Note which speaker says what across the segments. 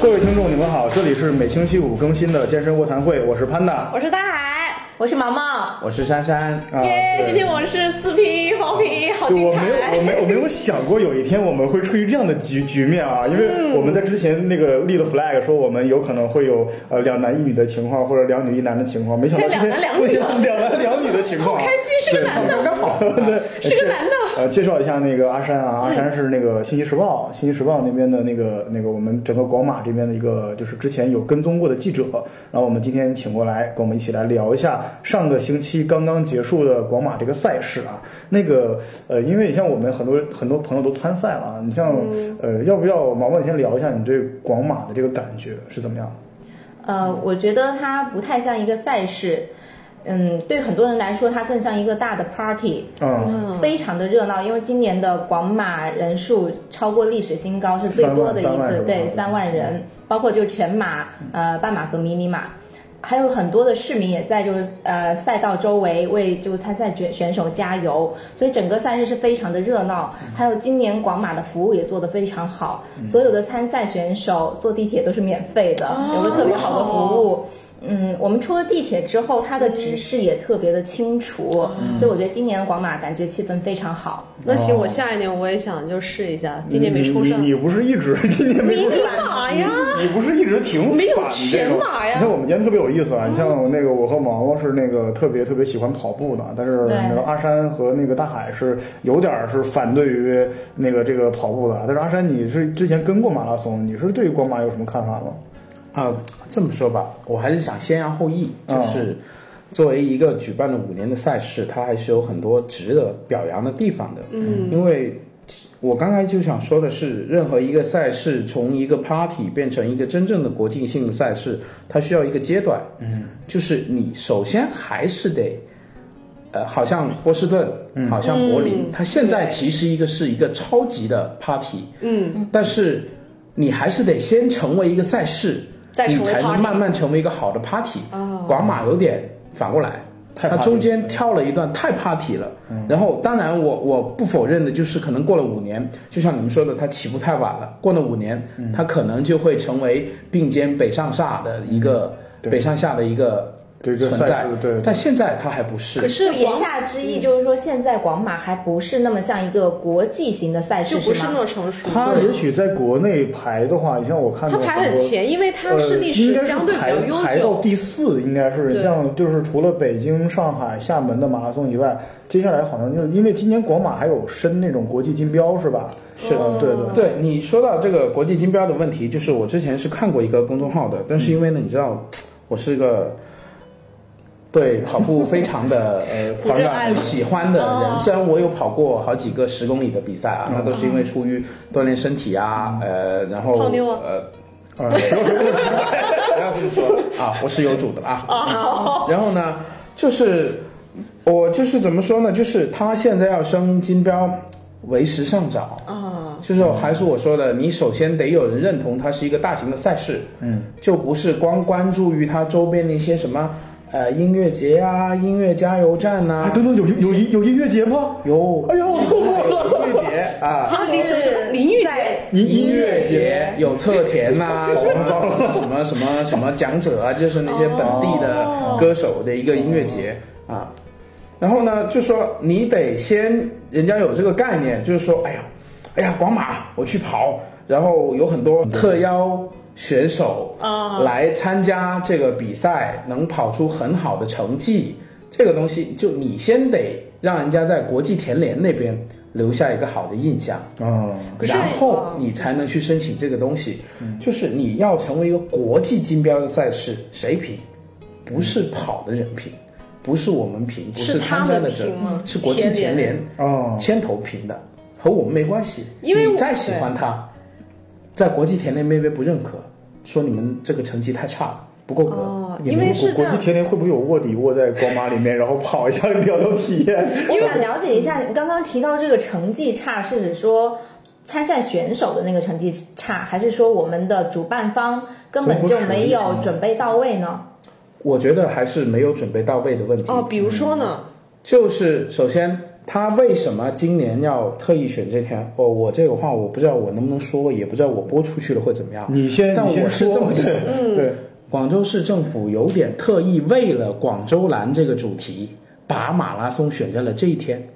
Speaker 1: 各位听众，你们好，这里是每星期五更新的健身卧谈会，我是潘娜。
Speaker 2: 我是大海，
Speaker 3: 我是毛毛，
Speaker 4: 我是珊珊，
Speaker 1: 啊，
Speaker 2: 耶！
Speaker 1: 对
Speaker 2: 今天我是四 P 黄皮，好
Speaker 1: 对
Speaker 2: 精
Speaker 1: 我
Speaker 2: 彩！
Speaker 1: 没有，我没有，我没有想过有一天我们会处于这样的局局面
Speaker 2: 嗯
Speaker 1: 啊，因为我们在之前那个立了 flag，说我们有可能会有呃两男一女的情况，或者两女一男的情况，没想到
Speaker 2: 是
Speaker 1: 今
Speaker 2: 两
Speaker 1: 天
Speaker 2: 男两女
Speaker 1: 出现了两男两女的情况，啊
Speaker 2: 开心是个男的，
Speaker 4: 刚刚好。
Speaker 1: 对，
Speaker 2: 是个男的嗯
Speaker 1: 呃，介绍一下那个阿山啊，阿山是那个《信息时报》，《信息时报》那边的那个那个我们整个广马这边的一个，就是之前有跟踪过的记者。然后我们今天请过来，跟我们一起来聊一下上个星期刚刚结束的广马这个赛事啊。那个呃，因为你像我们很多很多朋友都参赛了啊，你像、
Speaker 2: 嗯
Speaker 1: 呃，要不要毛毛你先聊一下你对广马的这个感觉是怎么样？
Speaker 3: 呃，我觉得它不太像一个赛事，嗯，对很多人来说，它更像一个大的 party，
Speaker 1: 嗯，
Speaker 2: 嗯，
Speaker 3: 非常的热闹。因为今年的广马人数超过历史新高，是最多的一
Speaker 1: 三万是嗯
Speaker 3: 次
Speaker 1: 吧，
Speaker 3: 对，三万人，包括就全马、呃半马和迷你马。还有很多的市民也在就是呃赛道周围为就参赛选选手加油，所以整个赛事是非常的热闹。还有今年广马的服务也做得非常好，所有的参赛选手坐地铁都是免费的，有个特别好的服务。嗯，我们出了地铁之后，它的指示也特别的清楚，所以我觉得今年的广马感觉气氛非常好。
Speaker 2: 那行，我下一年我也想就试一下，今年没抽上
Speaker 1: 哦你你，你不是一直 今年没抽上？
Speaker 2: 马呀！
Speaker 1: 你不是一直挺反
Speaker 2: 啊没有
Speaker 1: 这
Speaker 2: 全
Speaker 1: 种？
Speaker 2: 马呀
Speaker 1: 你看我们今天特别有意思啊！你像我那个我和毛毛是那个特别特别喜欢跑步的，但是
Speaker 3: 对
Speaker 1: 那个阿山和那个大海是有点儿是反对于那个这个跑步的。但是阿山，你是之前跟过马拉松，你是对广马有什么看法吗？
Speaker 4: 啊、这么说吧，我还是想先扬后抑，
Speaker 1: 嗯
Speaker 4: 就是作为一个举办了五年的赛事，它还是有很多值得表扬的地方的。嗯，因为我刚才就想说的是，任何一个赛事从一个 party 变成一个真正的国际性的赛事，它需要一个阶段。嗯，就是你首先还是得。呃，好像波士顿，好像柏林，它现在其实一个是一个超级的 party，
Speaker 2: 嗯，
Speaker 4: 但是你还是得先成为一个赛事，
Speaker 2: 再成
Speaker 4: 你
Speaker 2: 为
Speaker 4: 才能
Speaker 2: party
Speaker 4: 慢慢成为一个好的 party
Speaker 2: 哦。
Speaker 4: 广马有点反过来，
Speaker 1: 太
Speaker 4: 它
Speaker 1: party
Speaker 4: 中间
Speaker 1: 了嗯
Speaker 4: 跳了一段太 party 了。然后，当然我我不否认的就是，可能过了五年，就像你们说的，它起步太晚了。过了五年，
Speaker 1: 嗯
Speaker 4: 它可能就会成为并肩北上下的一个
Speaker 1: 嗯对
Speaker 4: 北上下的一个
Speaker 1: 对这
Speaker 4: 存
Speaker 1: 赛
Speaker 4: 在
Speaker 1: 事。对
Speaker 4: 但现在它还不
Speaker 2: 可
Speaker 4: 是。
Speaker 2: 是
Speaker 3: 就言
Speaker 2: 广嗯
Speaker 3: 下之意就是说，现在广马还不是那么像一个国际型的赛
Speaker 2: 就
Speaker 3: 事，
Speaker 2: 不是
Speaker 3: 吗
Speaker 2: 那？么成熟。
Speaker 1: 他也许在国内排的话，你像我看
Speaker 2: 他
Speaker 1: 到
Speaker 2: 排很
Speaker 1: 多
Speaker 2: 前，因为他是历
Speaker 1: 呃应
Speaker 2: 史
Speaker 1: 该是
Speaker 2: 相对比较
Speaker 1: 排排
Speaker 2: 悠
Speaker 1: 到
Speaker 2: 久。
Speaker 1: 第四，应该是
Speaker 2: 对
Speaker 1: 你像就是除了北京、上海、厦门的马拉松以外，接下来好像就因为今年广马还有申那种国际金标是吧？
Speaker 4: 是
Speaker 2: 哦
Speaker 1: 嗯对对。
Speaker 4: 对你说到这个国际金标的问题，就是我之前是看过一个公众号的，但是因为呢，
Speaker 2: 嗯
Speaker 4: 你知道，我是一个对跑步非常的呃
Speaker 2: 不
Speaker 4: 反
Speaker 2: 热
Speaker 4: 感
Speaker 2: 爱
Speaker 4: 不
Speaker 2: 吗
Speaker 4: 喜欢的
Speaker 2: 哦
Speaker 4: 人，虽然我有跑过好几个十公里的比赛啊，那都是因为出于锻炼身体啊，呃，然后
Speaker 2: 嗯泡妞啊
Speaker 4: 呃，
Speaker 1: 啊，不要说这么直白
Speaker 4: 不要这么说啊，我是有主的啊。
Speaker 2: 哦
Speaker 4: 然后呢，就是我就是怎么说呢，就是他现在要升金标，为时尚早。
Speaker 2: 啊，
Speaker 4: 就是还是我说的，你首先得有人认同它是一个大型的赛事，
Speaker 1: 嗯，
Speaker 4: 就不是光关注于它周边的一些什么呃音乐节啊、音乐加油站呐、
Speaker 1: 啊，等等，有有有有音乐节吗？
Speaker 4: 有
Speaker 1: 哎呀，我错过了。
Speaker 4: 音乐节啊。
Speaker 2: 他是淋浴节，
Speaker 1: 音
Speaker 4: 音乐节
Speaker 1: 节
Speaker 4: 有侧田呐、什么什么什么什么讲者啊，就是那些本地的歌手的一个音乐节啊。然后呢，就说你得先人家有这个概念，就是说，哎呀，哎呀，广马我去跑，然后有很多特邀选手
Speaker 2: 啊
Speaker 4: 来参加这个比赛，能跑出很好的成绩，这个东西就你先得让人家在国际田联那边留下一个好的印象。
Speaker 1: 啊，
Speaker 2: 可是哦嗯
Speaker 4: 然后你才能去申请这个东西，就是你要成为一个国际金标的赛事，谁评？不是跑的人评，不是我们评，不
Speaker 2: 是
Speaker 4: 参赛
Speaker 2: 他
Speaker 4: 的
Speaker 2: 们
Speaker 4: 者
Speaker 2: 评吗，
Speaker 4: 是国际田
Speaker 2: 田
Speaker 4: 联
Speaker 2: 联
Speaker 1: 哦
Speaker 4: 牵头评的，和我们没关系。
Speaker 2: 因为我
Speaker 4: 你再喜欢他，在国际田联那边不认可，说你们这个成绩太差了，不够格。
Speaker 2: 哦
Speaker 4: 也
Speaker 2: 因为
Speaker 4: 没有
Speaker 2: 是这
Speaker 1: 国
Speaker 2: 样
Speaker 1: 际田联会不会有卧底卧在广马里面，然后跑一下聊聊体验？
Speaker 3: 我想了解一下，你刚刚提到这个成绩差，是指说参赛选手的那个成绩差，还是说我们的主办方根本就没有准备到位呢？
Speaker 2: 哦
Speaker 4: 我觉得还是没有准备到位的问题。
Speaker 2: 哦，比如说呢，
Speaker 4: 就是首先他为什么今年要特意选这天？哦，我这个话我不知道我能不能说，也不知道我播出去了会怎么样。
Speaker 1: 你先，
Speaker 4: 但
Speaker 1: 你先
Speaker 4: 我是
Speaker 1: 说
Speaker 4: 这么想，
Speaker 1: 对，
Speaker 4: 广州市政府有点特意为了广州蓝这个主题，把马拉松选在了这一天。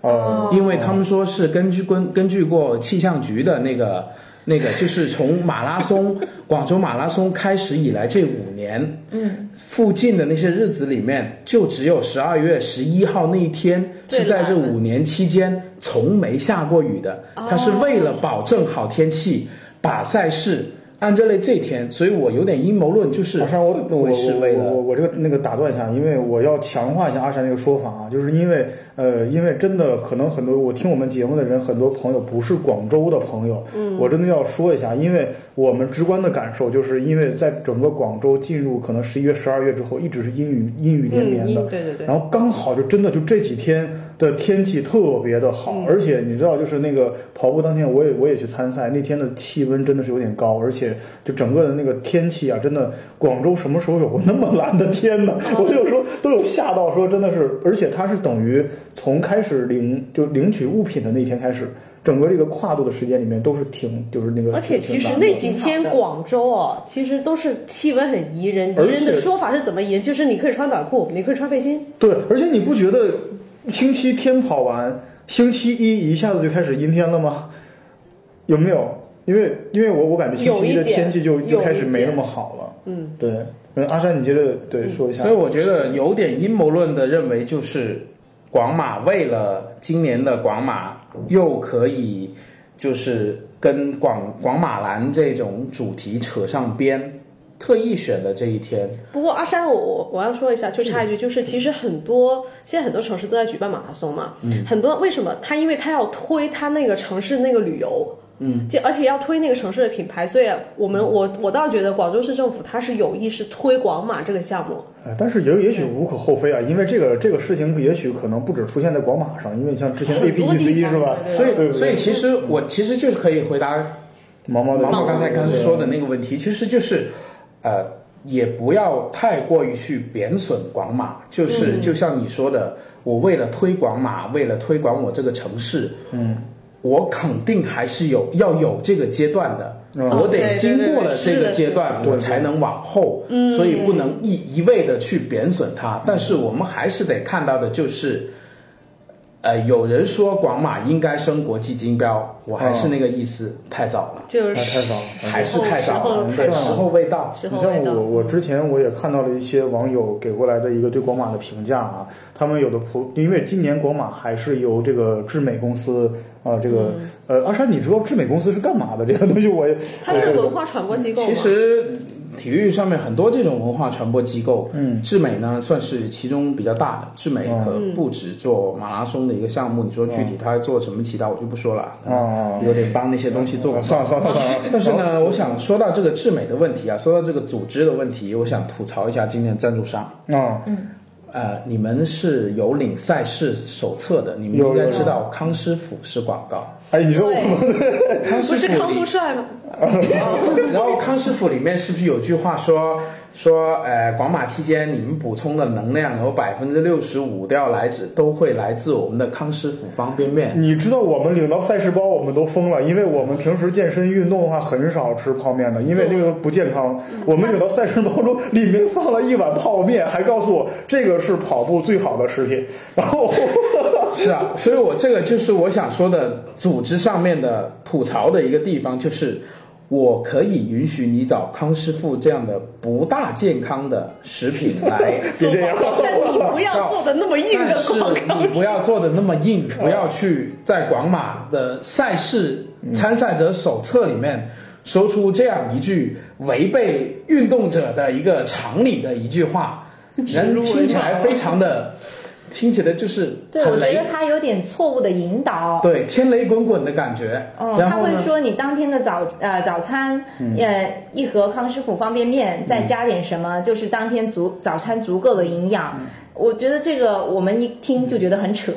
Speaker 1: 哦，
Speaker 4: 因为他们说是根据根根据过气象局的那个那个，就是从马拉松广州马拉松开始以来这五年，嗯，附近的那些日子里面，就只有十二月十一号那一天
Speaker 2: 最
Speaker 4: 是在这
Speaker 2: 冷的
Speaker 4: 五年期间从没下过雨的，它是为了保证好天气，把赛事按这类这天，所以我有点阴谋论，就是
Speaker 1: 阿
Speaker 4: 会
Speaker 1: 山，啊我
Speaker 4: 不会是为
Speaker 1: 我我
Speaker 4: 了
Speaker 1: 我我这个那个打断一下，因为我要强化一下阿山这个说法啊，就是因为呃，因为真的可能很多我听我们节目的人，很多朋友不是广州的朋友，嗯，我真的要说一下，因为我们直观的感受，就是因为在整个广州进入可能十一月、十二月之后，一直是阴雨阴雨连绵的，
Speaker 2: 嗯对对对
Speaker 1: 然后刚好就真的就这几天的天气特别的好，
Speaker 2: 嗯
Speaker 1: 而且你知道，就是那个跑步当天，我也我也去参赛，那天的气温真的是有点高，而且就整个的那个天气啊，真的，广州什么时候有过那么蓝的天呢？
Speaker 2: 哦
Speaker 1: 我有时候都有吓到，说真的是，而且它是等于从开始领就领取物品的那天开始。整个这个跨度的时间里面都是挺，就是那个挺，
Speaker 2: 而且其
Speaker 1: 挺
Speaker 2: 实
Speaker 1: 蓝的
Speaker 2: 那几天广州哦，其实都是气温很宜人。
Speaker 1: 而
Speaker 2: 宜人的
Speaker 1: 且
Speaker 2: 说法是怎么宜人？就是你可以穿短裤，你可以穿背心，
Speaker 1: 对，而且你不觉得星期天跑完，星期一一下子就开始阴天了吗？有没有？因为因为我我感觉星期一的天气就
Speaker 2: 有一点
Speaker 1: 就开始没那么好了。
Speaker 2: 嗯，
Speaker 1: 对。嗯，阿山，你接着对说一下
Speaker 4: 所以。我觉得有点阴谋论的认为，就是广马为了今年的广马，又可以就是跟广广马兰这种主题扯上边，特意选的这一天。
Speaker 2: 不过阿山，我我我要说一下，就插一句，就是其实很多现在很多城市都在举办马拉松嘛，很多为什么他因为他要推他那个城市那个旅游。嗯，就而且要推那个城市的品牌，所以我们我我倒觉得广州市政府它是有意识推广马这个项目，
Speaker 1: 呃但是也也许无可厚非啊，因为这个这个事情也许可能不止出现在广马上，因为你像之前 A
Speaker 2: 很
Speaker 1: P
Speaker 2: 多
Speaker 1: E C
Speaker 2: 地
Speaker 1: E
Speaker 2: 方
Speaker 1: 是吧？
Speaker 2: 对
Speaker 4: 所以，
Speaker 1: 对
Speaker 4: 所以其实我其实就是可以回答
Speaker 1: 毛毛的
Speaker 4: 毛毛刚才刚才说的那个问题，其实就是，呃，也不要太过于去贬损广马，就是、就像你说的，我为了推广马，为了推广我这个城市，嗯，我肯定还是有要有这个阶段的。
Speaker 1: 嗯
Speaker 4: 我
Speaker 2: 对
Speaker 4: 得
Speaker 2: 对
Speaker 4: 经过
Speaker 2: 对
Speaker 4: 了这
Speaker 2: 是
Speaker 4: 个
Speaker 2: 的
Speaker 4: 阶
Speaker 2: 是的
Speaker 4: 段，
Speaker 1: 对
Speaker 4: 我
Speaker 1: 对
Speaker 4: 才能往后，所以不能一一味的去贬损它。嗯但是我们还是得看到的就是，呃，有人说广马应该升国际金标，我还是那个意思，太早了。
Speaker 2: 就是
Speaker 1: 那太早了
Speaker 4: 还是太早了，
Speaker 2: 时
Speaker 4: 对，
Speaker 2: 候
Speaker 4: 时候未到。
Speaker 2: 时
Speaker 1: 你
Speaker 2: 候嗯
Speaker 1: 像
Speaker 2: 未
Speaker 1: 我，
Speaker 2: 到。
Speaker 1: 我之前我也看到了一些网友给过来的一个对广马的评价啊，他们有的普，因为今年广马还是由这个智美公司啊、呃这个、呃，阿山，你知道智美公司是干嘛的？这个东西我也，
Speaker 2: 嗯它是文化传播机构嘛，
Speaker 4: 其实体育上面很多这种文化传播机构，
Speaker 1: 嗯，哦
Speaker 4: 智美呢算是其中比较大的。智美可
Speaker 2: 嗯
Speaker 4: 不止做马拉松的一个项目，你说具体它做什么其他我就不说了，
Speaker 1: 哦
Speaker 4: 啊，有点帮那些东西做
Speaker 1: 算
Speaker 4: 广
Speaker 1: 了
Speaker 4: 告
Speaker 1: 算了算了算了，哦
Speaker 4: 但是呢，我想说到这个智美的问题啊，说到这个组织的问题，我想吐槽一下今天的赞助商。
Speaker 1: 啊、
Speaker 2: 嗯
Speaker 4: 呃，你们是有领赛事手册的，你们
Speaker 1: 有
Speaker 4: 应该
Speaker 1: 有
Speaker 4: 知道康师傅是广告。
Speaker 1: 哎，你说我们
Speaker 4: 康师
Speaker 2: 不是
Speaker 4: 傅
Speaker 2: 康
Speaker 4: 里
Speaker 2: 富帅吗？
Speaker 4: 然后康师傅里面是不是有句话说说，呃，广马期间你们补充的能量有百分之六十五都要来自都会来自我们的康师傅方 便面。
Speaker 1: 你知道我们领到赛事包，我们都疯了，因为我们平时健身运动的话很少吃泡面的，因为那个不健康。我们领到赛事包中，里面放了一碗泡面，还告诉我这个是跑步最好的食品。然后，
Speaker 4: 是啊，所以我这个就是我想说的组织上面的吐槽的一个地方，就是我可以允许你找康师傅这样的不大健康的食品来
Speaker 1: 别这样。
Speaker 2: 但你不要做的那么硬
Speaker 4: 但
Speaker 2: 的
Speaker 4: 是嗯
Speaker 2: 广告
Speaker 4: 你。不要做的那么 硬，不要去在广马的赛事参赛者手册里面说出这样一句违背运动者的一个常理的一句话，人听起来非常的，听起来就是
Speaker 3: 对，我
Speaker 4: 很
Speaker 3: 觉
Speaker 4: 雷
Speaker 3: 得，他有点错误的引导。
Speaker 4: 对，天雷滚滚的感觉。
Speaker 3: 嗯，
Speaker 4: 然
Speaker 3: 他
Speaker 4: 后
Speaker 3: 会
Speaker 4: 呢？
Speaker 3: 说你当天的早呃早餐，呃一盒康师傅方便面，再加点什么，就是当天足早餐足够的营养。我觉得这个我们一听就觉得很扯。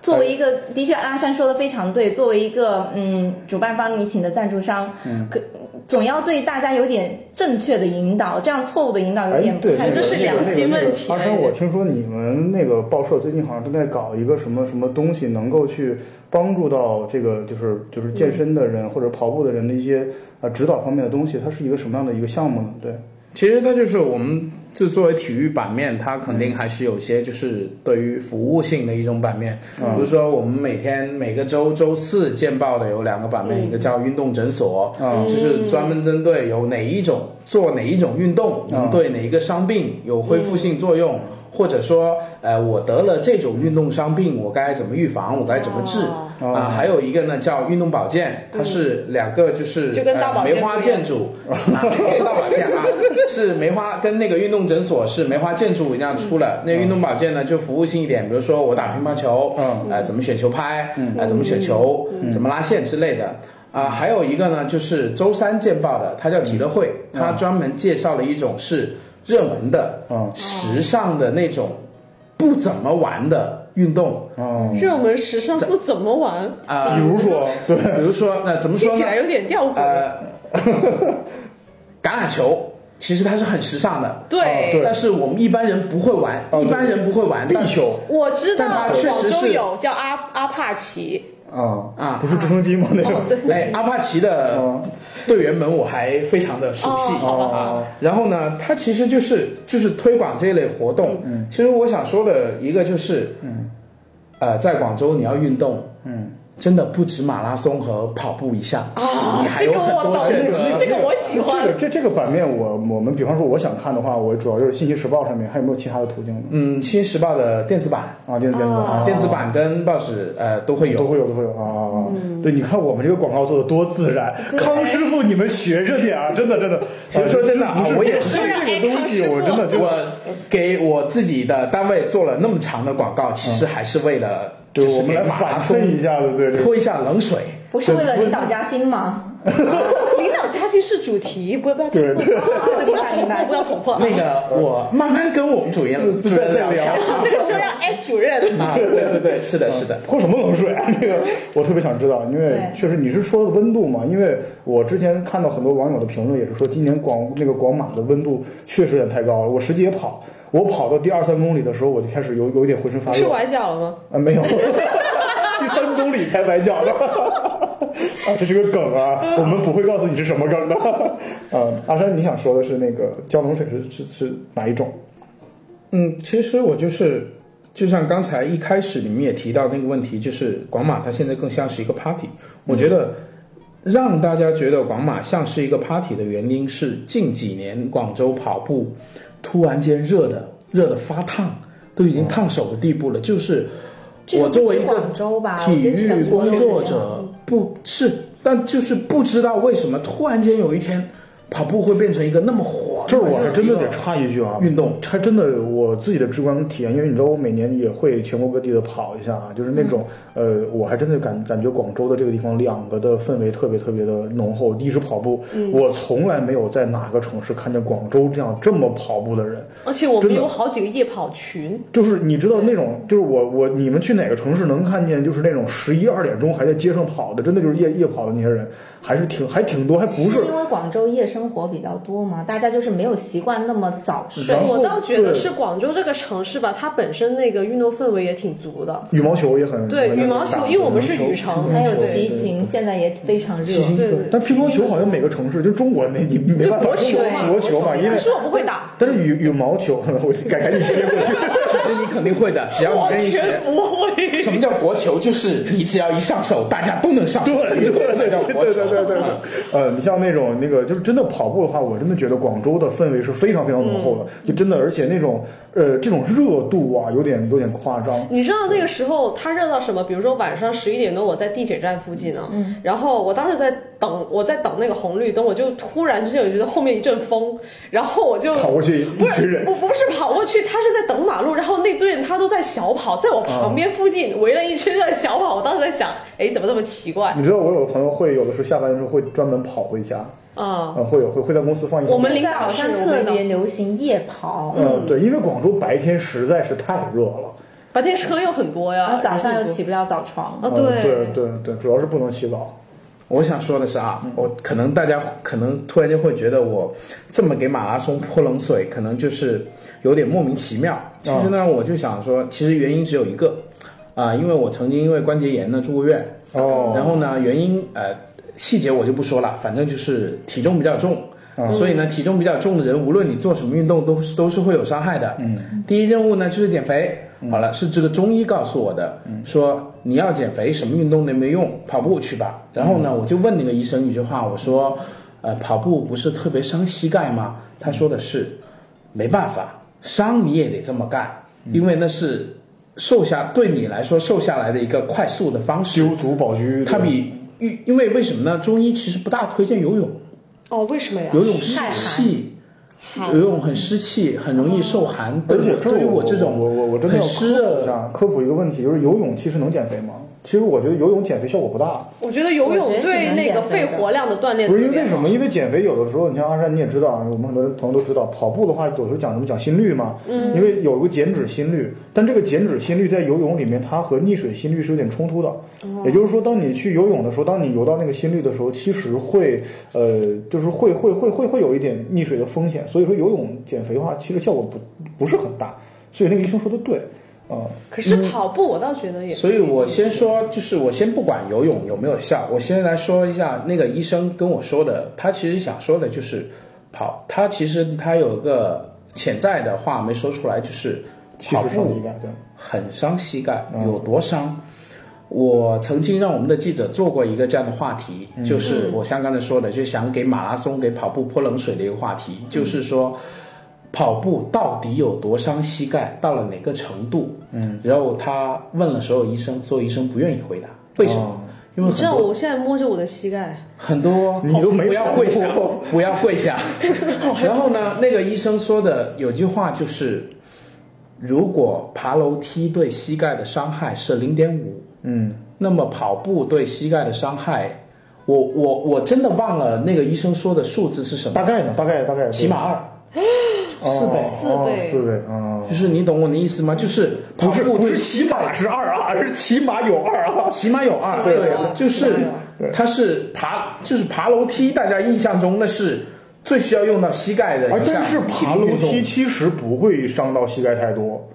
Speaker 3: 作为一个，的确阿山说的非常对。作为一个嗯主办方，你请的赞助商，可总要对大家有点正确的引导，这样错误的引导有
Speaker 1: 哎
Speaker 3: 点，不
Speaker 1: 对，那
Speaker 3: 太
Speaker 1: 个
Speaker 2: 这是
Speaker 1: 那
Speaker 2: 良
Speaker 1: 个
Speaker 2: 心
Speaker 1: 那个
Speaker 2: 问
Speaker 1: 那
Speaker 2: 题
Speaker 1: 个。阿山，我听说你们那个报社最近好像正在搞一个什么什么东西，能够去帮助到这个就是就是
Speaker 2: 嗯
Speaker 1: 健身的人或者跑步的人的一些呃指导方面的东西。它是一个什么样的一个项目呢？对，
Speaker 4: 其实它就是我们就作为体育版面，它肯定还是有些就是对于服务性的一种版面，
Speaker 2: 嗯
Speaker 4: 比如说我们每天每个周周四见报的有两个版面，
Speaker 2: 嗯
Speaker 4: 一个叫运动诊所，
Speaker 1: 嗯
Speaker 4: 就是专门针对有哪一种做哪一种运动
Speaker 2: 嗯
Speaker 4: 能对哪一个伤病有恢复性作用。或者说，呃，我得了这种运动伤病，我该怎么预防？我该怎么治？啊、
Speaker 1: 哦
Speaker 4: 还有一个呢叫运动保健，它是两个就是
Speaker 2: 嗯就跟大保
Speaker 4: 呃、
Speaker 2: 健
Speaker 4: 梅花
Speaker 2: 不一样
Speaker 4: 建筑，啊，不是大保健 啊，是梅花跟那个运动诊所是梅花建筑一样出
Speaker 1: 嗯
Speaker 4: 了。那运动保健呢就服务性一点，比如说我打乒乓球，
Speaker 1: 嗯，
Speaker 4: 呃，怎么选球拍，呃，怎么选球，怎么拉线之类的。啊，还有一个呢，就是周三见报的，它叫体乐会，它专门介绍了一种是热门的、
Speaker 1: 嗯
Speaker 4: 时尚的那种不怎么玩的运动
Speaker 1: 嗯，
Speaker 2: 热门时尚不怎么玩，
Speaker 4: 啊、
Speaker 1: 比如说，对，
Speaker 4: 比如说，那怎么
Speaker 2: 听
Speaker 4: 说
Speaker 2: 起
Speaker 4: 呢？
Speaker 2: 来有点吊诡。
Speaker 4: 呃， 橄榄球其实它是很时尚的，
Speaker 1: 哦
Speaker 2: 对
Speaker 1: 对，
Speaker 4: 但是我们一般人不会玩，
Speaker 1: 哦
Speaker 4: 一般人不会玩
Speaker 1: 壁球
Speaker 2: 我知道
Speaker 4: 但它
Speaker 2: 广
Speaker 4: 确实
Speaker 2: 州
Speaker 4: 是
Speaker 2: 有叫阿阿帕奇，
Speaker 1: 啊
Speaker 4: 啊
Speaker 1: 不是直升机吗？那个
Speaker 2: 哦对，
Speaker 4: 但哎，阿帕奇的
Speaker 1: 嗯
Speaker 4: 队员们我还非常的熟悉
Speaker 1: 哦
Speaker 4: 啊。然后呢，它其实就是就是推广这一类活动。其实我想说的一个就是，
Speaker 1: 嗯
Speaker 4: 呃，在广州你要运动，
Speaker 1: 嗯，
Speaker 4: 真的不止马拉松和跑步一项，你还有
Speaker 2: 啊这个
Speaker 4: 很
Speaker 2: 我
Speaker 4: 多
Speaker 2: 懂
Speaker 4: 选择。
Speaker 2: 这个我喜欢
Speaker 1: 这个这这个版面我，我们比方说我想看的话，我主要就是信息时报上面，还有没有其他的途径呢？
Speaker 4: 嗯，《新时报》的电子版。
Speaker 1: 啊，电子电子版，啊
Speaker 2: 哦
Speaker 4: 电子版跟报纸呃都会
Speaker 1: 都
Speaker 4: 有。嗯
Speaker 1: 会有，都会有啊！对，你看我们这个广告做的多自然，康师傅，你们学着点啊儿，真的真 的。
Speaker 4: 其实说真的啊
Speaker 1: 不是
Speaker 4: 我也
Speaker 1: 不是
Speaker 2: 是
Speaker 1: 这个东 西，我真的就
Speaker 4: 我给我自己的单位做了那么长的广告，其实还是为了
Speaker 1: 嗯对
Speaker 4: 就是
Speaker 1: 我们来
Speaker 4: 给马拉
Speaker 1: 反
Speaker 4: 松
Speaker 1: 衬一下子，对对。
Speaker 4: 泼一下冷水。
Speaker 3: 不是为了指导加薪吗？
Speaker 2: 领导加薪是主题，不要不要
Speaker 1: 对对，
Speaker 2: 啊不要捅破，不要捅破。
Speaker 4: 那个我慢慢跟我们主任
Speaker 1: 再
Speaker 4: 主任
Speaker 1: 再
Speaker 4: 聊一下
Speaker 1: 聊
Speaker 4: 啊
Speaker 2: 这个时候要哎主任，
Speaker 4: 啊，对对对，是的，是的。
Speaker 1: 泼什么冷水啊？ 这个我特别想知道，因为
Speaker 3: 对
Speaker 1: 确实你是说的温度嘛？因为我之前看到很多网友的评论也是说，今年广那个广马的温度确实有点太高了。我实际也跑，我跑到第二三公里的时候，我就开始有有点浑身发热
Speaker 2: 是。崴脚了吗？
Speaker 1: 啊，没有， 第三公里才崴脚的。 啊，这是个梗啊，我们不会告诉你是什么梗的。嗯，阿山，你想说的是那个蛟龙水是是是哪一种？
Speaker 4: 嗯，其实我就是，就像刚才一开始你们也提到那个问题，就是广马它现在更像是一个 party。我觉得让大家觉得广马像是一个 party 的原因是近几年广州跑步突然间热的热的发烫，都已
Speaker 1: 嗯
Speaker 4: 经烫手的地步了。就是
Speaker 3: 这个
Speaker 4: 我作为一
Speaker 3: 不止
Speaker 4: 个
Speaker 3: 广州吧
Speaker 4: 体
Speaker 3: 我觉得
Speaker 4: 育
Speaker 3: 全国
Speaker 4: 工
Speaker 3: 都是
Speaker 4: 作
Speaker 3: 这样
Speaker 4: 者，不是，但就是不知道为什么突然间有一天跑步会变成一个那么火，
Speaker 1: 这儿我
Speaker 4: 那么
Speaker 1: 还
Speaker 4: 热
Speaker 1: 真的
Speaker 4: 一
Speaker 1: 得
Speaker 4: 个
Speaker 1: 插一句啊，
Speaker 4: 运动
Speaker 1: 还真的我自己的直观体验，因为你知道我每年也会全国各地的跑一下啊，就是那种、
Speaker 4: 嗯
Speaker 1: 呃，我还真的感感觉广州的这个地方两个的氛围特别特别的浓厚。第一是跑步，
Speaker 4: 嗯
Speaker 1: 我从来没有在哪个城市看见广州这样这么跑步的人，
Speaker 4: 嗯
Speaker 2: 而且我们
Speaker 1: 真的
Speaker 2: 有好几个夜跑群，
Speaker 1: 就是你知道那种，就是我我你们去哪个城市能看见，就是那种十一二点钟还在街上跑的，真的就是夜夜跑的那些人，还是挺还挺多，还不是
Speaker 3: 是因为广州夜生活比较多嘛，大家就是没有习惯那么早睡
Speaker 2: 对。
Speaker 1: 然后
Speaker 2: 我倒觉得
Speaker 1: 对
Speaker 2: 是广州这个城市吧，它本身那个运动氛围也挺足的。
Speaker 1: 羽毛球也很
Speaker 2: 对
Speaker 1: 很
Speaker 2: 羽毛
Speaker 1: 嗯打
Speaker 2: 球，因为我们嗯是
Speaker 1: 羽
Speaker 2: 羽
Speaker 1: 毛
Speaker 2: 城，
Speaker 3: 还有
Speaker 2: 对
Speaker 3: 骑行，现在也非常热。
Speaker 4: 骑行
Speaker 2: 对
Speaker 4: 对
Speaker 2: 对
Speaker 1: 但乒乓球好像每个城市，就中国没你没
Speaker 2: 对
Speaker 1: 办法，
Speaker 2: 国球嘛，
Speaker 1: 国球嘛，因为
Speaker 2: 但是我不会打，
Speaker 1: 但是羽羽毛球， 我赶赶紧接过去。
Speaker 4: 其实你肯定会的，只要
Speaker 2: 我
Speaker 4: 你愿意学
Speaker 2: 全。不会。
Speaker 4: 什么叫国球？就是你只要一上手，大家都能上手。
Speaker 1: 对对对对
Speaker 4: 这叫
Speaker 1: 对
Speaker 4: 国球。
Speaker 1: 对 对对
Speaker 4: 啊。
Speaker 1: 呃，你像那种那个，就是真的跑步的话，我真的觉得广州的氛围是非常非常浓厚的，
Speaker 2: 嗯
Speaker 1: 就真的，而且那种呃这种热度啊，有点有点夸张。
Speaker 2: 你知道那个时候他热到什么？比如说晚上十一点多，我在地铁站附近呢，嗯，然后我当时在等，我在等那个红绿灯，我就突然之间我觉得后面一阵风，然后我就
Speaker 1: 跑过去
Speaker 2: 不
Speaker 1: 一群
Speaker 2: 是
Speaker 1: 人，
Speaker 2: 我不是跑过去，他是在等马路，然后那队人他都在小跑，在我旁
Speaker 1: 嗯
Speaker 2: 边附近围了一圈在小跑，我当时在想，哎，怎么这么奇怪
Speaker 1: 你知道我有个朋友会有的时候下班的时候会专门跑回家，
Speaker 2: 啊？
Speaker 1: 呃，会有会会在公司放一。
Speaker 2: 我们领
Speaker 3: 在
Speaker 2: 导
Speaker 3: 好像
Speaker 2: 是我
Speaker 3: 特
Speaker 2: 们领
Speaker 3: 别
Speaker 2: 导
Speaker 3: 流行夜跑，
Speaker 1: 嗯，对，因为广州白天实在是太热了。
Speaker 2: 白天车又很多
Speaker 3: 然
Speaker 2: 呀
Speaker 1: 呃
Speaker 3: 后，早上又起不了早床。
Speaker 2: 啊，
Speaker 1: 嗯对对对，主要是不能起早。
Speaker 4: 我想说的是啊，
Speaker 1: 嗯
Speaker 4: 我可能大家可能突然间会觉得我这么给马拉松泼冷水，可能就是有点莫名其
Speaker 1: 哦
Speaker 4: 妙。其实呢，我就想说，其实原因只有一个，啊、因为我曾经因为关节炎呢住过院，
Speaker 1: 哦，
Speaker 4: 然后呢，原因呃细节我就不说了，反正就是体重比较重。所以呢，体重比较重的人，无论你做什么运动，都是都是会有伤害的。嗯，第一任务呢就是减肥。好了，是这个中医告诉我的，说你要减肥，什么运动都没用，跑步去吧。然后呢，我就问那个医生一句话，我说，呃，跑步不是特别伤膝盖吗？他说的是，没办法，伤你也得这么干，因为那是瘦下对你来说瘦下来的一个快速的方式。
Speaker 1: 修足保居，
Speaker 4: 它比因因为为什么呢？中医其实不大推荐游泳，
Speaker 2: 哦，为什么呀？
Speaker 4: 游泳湿
Speaker 3: 啊太寒
Speaker 4: 气，
Speaker 2: 寒
Speaker 4: 游泳很湿气，很容易受寒。对
Speaker 1: 哦而
Speaker 4: 我
Speaker 1: 且
Speaker 4: 对于我这种
Speaker 1: 我我我真的
Speaker 4: 很
Speaker 1: 要
Speaker 4: 湿
Speaker 1: 科普一
Speaker 4: 热，
Speaker 1: 下，科普一个问题，就是游泳其实能减肥吗？其实我觉得游泳减肥效果不大，
Speaker 2: 我觉得游
Speaker 3: 我
Speaker 2: 泳
Speaker 3: 觉得挺
Speaker 2: 对
Speaker 3: 能
Speaker 2: 那
Speaker 3: 减
Speaker 2: 个
Speaker 3: 肥
Speaker 2: 肺
Speaker 3: 的
Speaker 2: 活量的锻炼
Speaker 1: 不
Speaker 2: 特
Speaker 1: 是因
Speaker 2: 别好，
Speaker 1: 为什么？因为减肥有的时候，你像阿山你也知道，啊我们很多朋友都知道，跑步的话有时候讲什么讲心率嘛，
Speaker 2: 嗯
Speaker 1: 因为有个减脂心率，但这个减脂心率在游泳里面，它和溺水心率是有点冲突的。
Speaker 2: 哦
Speaker 1: 也就是说，当你去游泳的时候，当你游到那个心率的时候，其实会呃，就是会会会会会有一点溺水的风险。所以说，游泳减肥的话，其实效果不不是很大。所以那个医生说的对，啊、
Speaker 2: 可是跑步我倒觉得也，
Speaker 4: 所以我先说，就是我先不管游泳有没有效，我先来说一下那个医生跟我说的，他其实想说的就是跑，他其实他有个潜在的话没说出来，就是
Speaker 1: 其
Speaker 4: 跑
Speaker 1: 实伤
Speaker 4: 步
Speaker 1: 膝盖对。
Speaker 4: 很伤膝盖，
Speaker 2: 嗯
Speaker 4: 有多伤？我曾经让我们的记者做过一个这样的话题，
Speaker 2: 嗯
Speaker 4: 就是我像刚才说的，就想给马拉松、给跑步泼冷水的一个话
Speaker 2: 嗯
Speaker 4: 题，就是说跑步到底有多伤膝盖，到了哪个程度？嗯，然后他问了所有医生，所有医生不愿意回答，为什么？
Speaker 1: 哦
Speaker 4: 因为
Speaker 2: 你知
Speaker 4: 很
Speaker 2: 道
Speaker 4: 多
Speaker 2: 我现在摸着我的膝盖，
Speaker 4: 很多哦
Speaker 1: 你都没
Speaker 4: 不要
Speaker 1: 跑
Speaker 4: 跪下
Speaker 1: 过，
Speaker 4: 不要 跪下。然后呢，那个医生说的有句话就是，如果爬楼梯对膝盖的伤害是零点五，
Speaker 1: 嗯，
Speaker 4: 那么跑步对膝盖的伤害，我我我真的忘了那个医生说的数字是什么
Speaker 1: 大，概呢？大概大概
Speaker 4: 起码二，
Speaker 1: 哦
Speaker 4: 四倍。
Speaker 1: 哦
Speaker 2: 四倍
Speaker 1: 四倍啊。哦
Speaker 4: 就是你懂我的意思吗？就是跑步对膝盖
Speaker 1: 是二啊，而是起码有二啊。
Speaker 4: 起码有二，
Speaker 2: 哦起码有
Speaker 4: 对
Speaker 2: 二，
Speaker 4: 就是
Speaker 2: 起码有
Speaker 1: 对
Speaker 4: 它是爬，就是爬楼梯，大家印象中那是最需要用到膝盖的
Speaker 1: 哎，
Speaker 4: 一项
Speaker 1: 但
Speaker 2: 哦
Speaker 1: 是爬楼
Speaker 4: 运动
Speaker 1: 梯，其实不会伤到膝盖太多。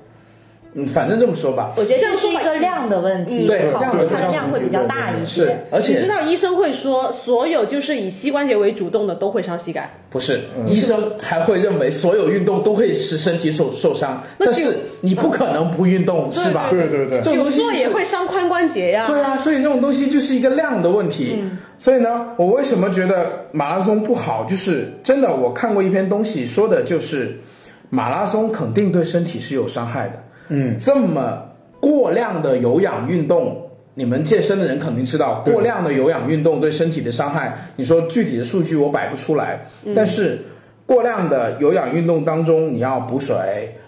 Speaker 4: 嗯，反正这么说吧，
Speaker 3: 我觉得
Speaker 2: 这
Speaker 3: 这
Speaker 2: 样
Speaker 3: 是
Speaker 2: 说
Speaker 3: 一
Speaker 2: 吧
Speaker 3: 个量的问题，
Speaker 4: 嗯对
Speaker 3: 跑
Speaker 4: 量
Speaker 3: 步
Speaker 4: 的
Speaker 3: 它
Speaker 4: 量的
Speaker 3: 量会比较大一
Speaker 4: 是
Speaker 3: 些。，
Speaker 4: 而
Speaker 2: 你知
Speaker 4: 且
Speaker 2: 道医生会说，所有就是以膝关节为主动的都会伤膝盖。
Speaker 4: 不是
Speaker 2: 嗯
Speaker 4: 医生还会认为所有运动都会使身体受受伤，
Speaker 2: 那
Speaker 4: 但
Speaker 2: 就是嗯
Speaker 4: 你不可能不运动，是吧？
Speaker 1: 对对对
Speaker 4: 这，种
Speaker 2: 久
Speaker 4: 东西
Speaker 2: 坐也
Speaker 4: 是
Speaker 2: 会伤髋关节呀、
Speaker 4: 对啊，所以这种东西就是一个量的问题。
Speaker 2: 嗯
Speaker 4: 所以呢，我为什么觉得马拉松不好？就是真的，我看过一篇东西说的就是，马拉松肯定对身体是有伤害的。
Speaker 1: 嗯，
Speaker 4: 这么过量的有氧运动。你们健身的人肯定知道，过量的有氧运动对身体的伤害，你说具体的数据我摆不出来，
Speaker 1: 嗯
Speaker 4: 但是过量的有氧运动当中，你要补水，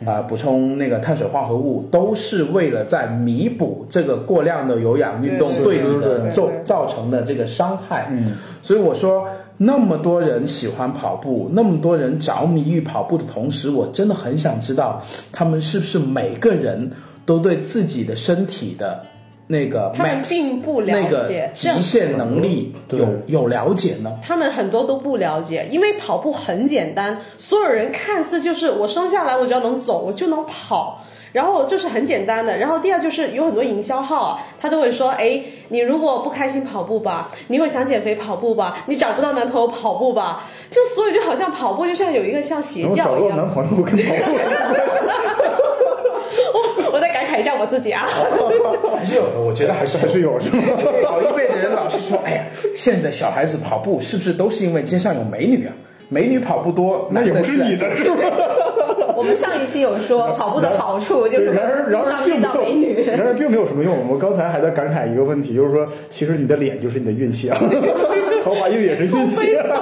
Speaker 1: 嗯
Speaker 4: 啊，补充那个碳水化合物，都是为了在弥补这个过量的有氧运动
Speaker 1: 对
Speaker 4: 对你
Speaker 1: 对对
Speaker 4: 的
Speaker 1: 对
Speaker 4: 造造成的这个伤害。嗯，所以我说，那么多人喜欢跑步，那么多人着迷于跑步的同时，我真的很想知道，他们是不是每个人都对自己的身体的那个
Speaker 2: 他们
Speaker 4: max
Speaker 2: 并不了解
Speaker 4: 那个
Speaker 2: 这样
Speaker 4: 极限能力
Speaker 1: 对
Speaker 4: 有有了解呢？
Speaker 2: 他们很多都不了解，因为跑步很简单，所有人看似就是我生下来我只要能走，我就能跑。然后这是很简单的，然后第二就是有很多营销号啊，他都会说，哎，你如果不开心跑步吧，你会想减肥跑步吧，你找不到男朋友跑步吧，就所以就好像跑步就像有一个像邪
Speaker 1: 然后找
Speaker 2: 教一
Speaker 1: 到
Speaker 2: 样
Speaker 1: 男。朋友跟跑步有 关系。
Speaker 2: 我我再感慨一下我自己啊。
Speaker 4: 还是有的，我觉得还是
Speaker 1: 还是有是吗？
Speaker 4: 老一辈的人老是说，哎呀，现在小孩子跑步是不是都是因为街上有美女啊？美女跑步多，
Speaker 1: 那也不是你
Speaker 4: 男的自然
Speaker 1: 的是吧？
Speaker 3: 我们上一期有说跑步的好处 就
Speaker 1: 对
Speaker 3: 是
Speaker 1: 然而然
Speaker 3: 路
Speaker 1: 而
Speaker 3: 上
Speaker 1: 并
Speaker 3: 遇
Speaker 1: 没
Speaker 3: 到美
Speaker 1: 有，
Speaker 3: 女，
Speaker 1: 然而并没有什么用。我刚才还在感慨一个问题，就是说，其实你的脸就是你的运气 啊，桃花运也是运 气。啊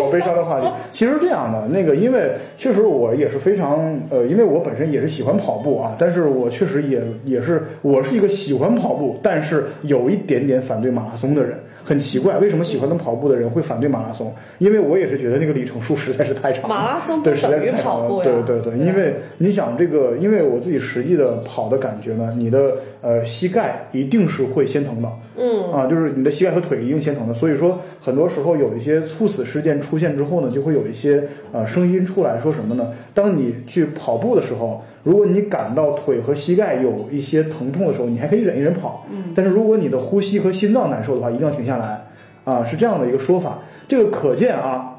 Speaker 1: 好悲伤的话题。其实这样的，那个因为确实我也是非常呃，因为我本身也是喜欢跑步啊，但是我确实也也是我是一个喜欢跑步，但是有一点点反对马拉松的人。很奇怪，为什么喜欢的跑步的人会反对马拉松？因为我也是觉得那个里程数实在是太长了，
Speaker 2: 马拉松
Speaker 1: 对
Speaker 2: 不
Speaker 1: 实在
Speaker 2: 等于
Speaker 1: 是太长
Speaker 2: 跑步
Speaker 1: 了，
Speaker 2: 呀啊
Speaker 1: 对对对，因为你想这个，因为我自己实际的跑的感觉呢，你的呃膝盖一定是会先疼的，嗯啊，就是你的膝盖和腿一定先疼的，所以说很多时候有一些猝死事件出现之后呢，就会有一些呃声音出来说什么呢？当你去跑步的时候。如果你感到腿和膝盖有一些疼痛的时候，你还可以忍一忍跑。嗯，但是如果你的呼吸和心脏难受的话，一定要停下来。啊，是这样的一个说法。这个可见啊，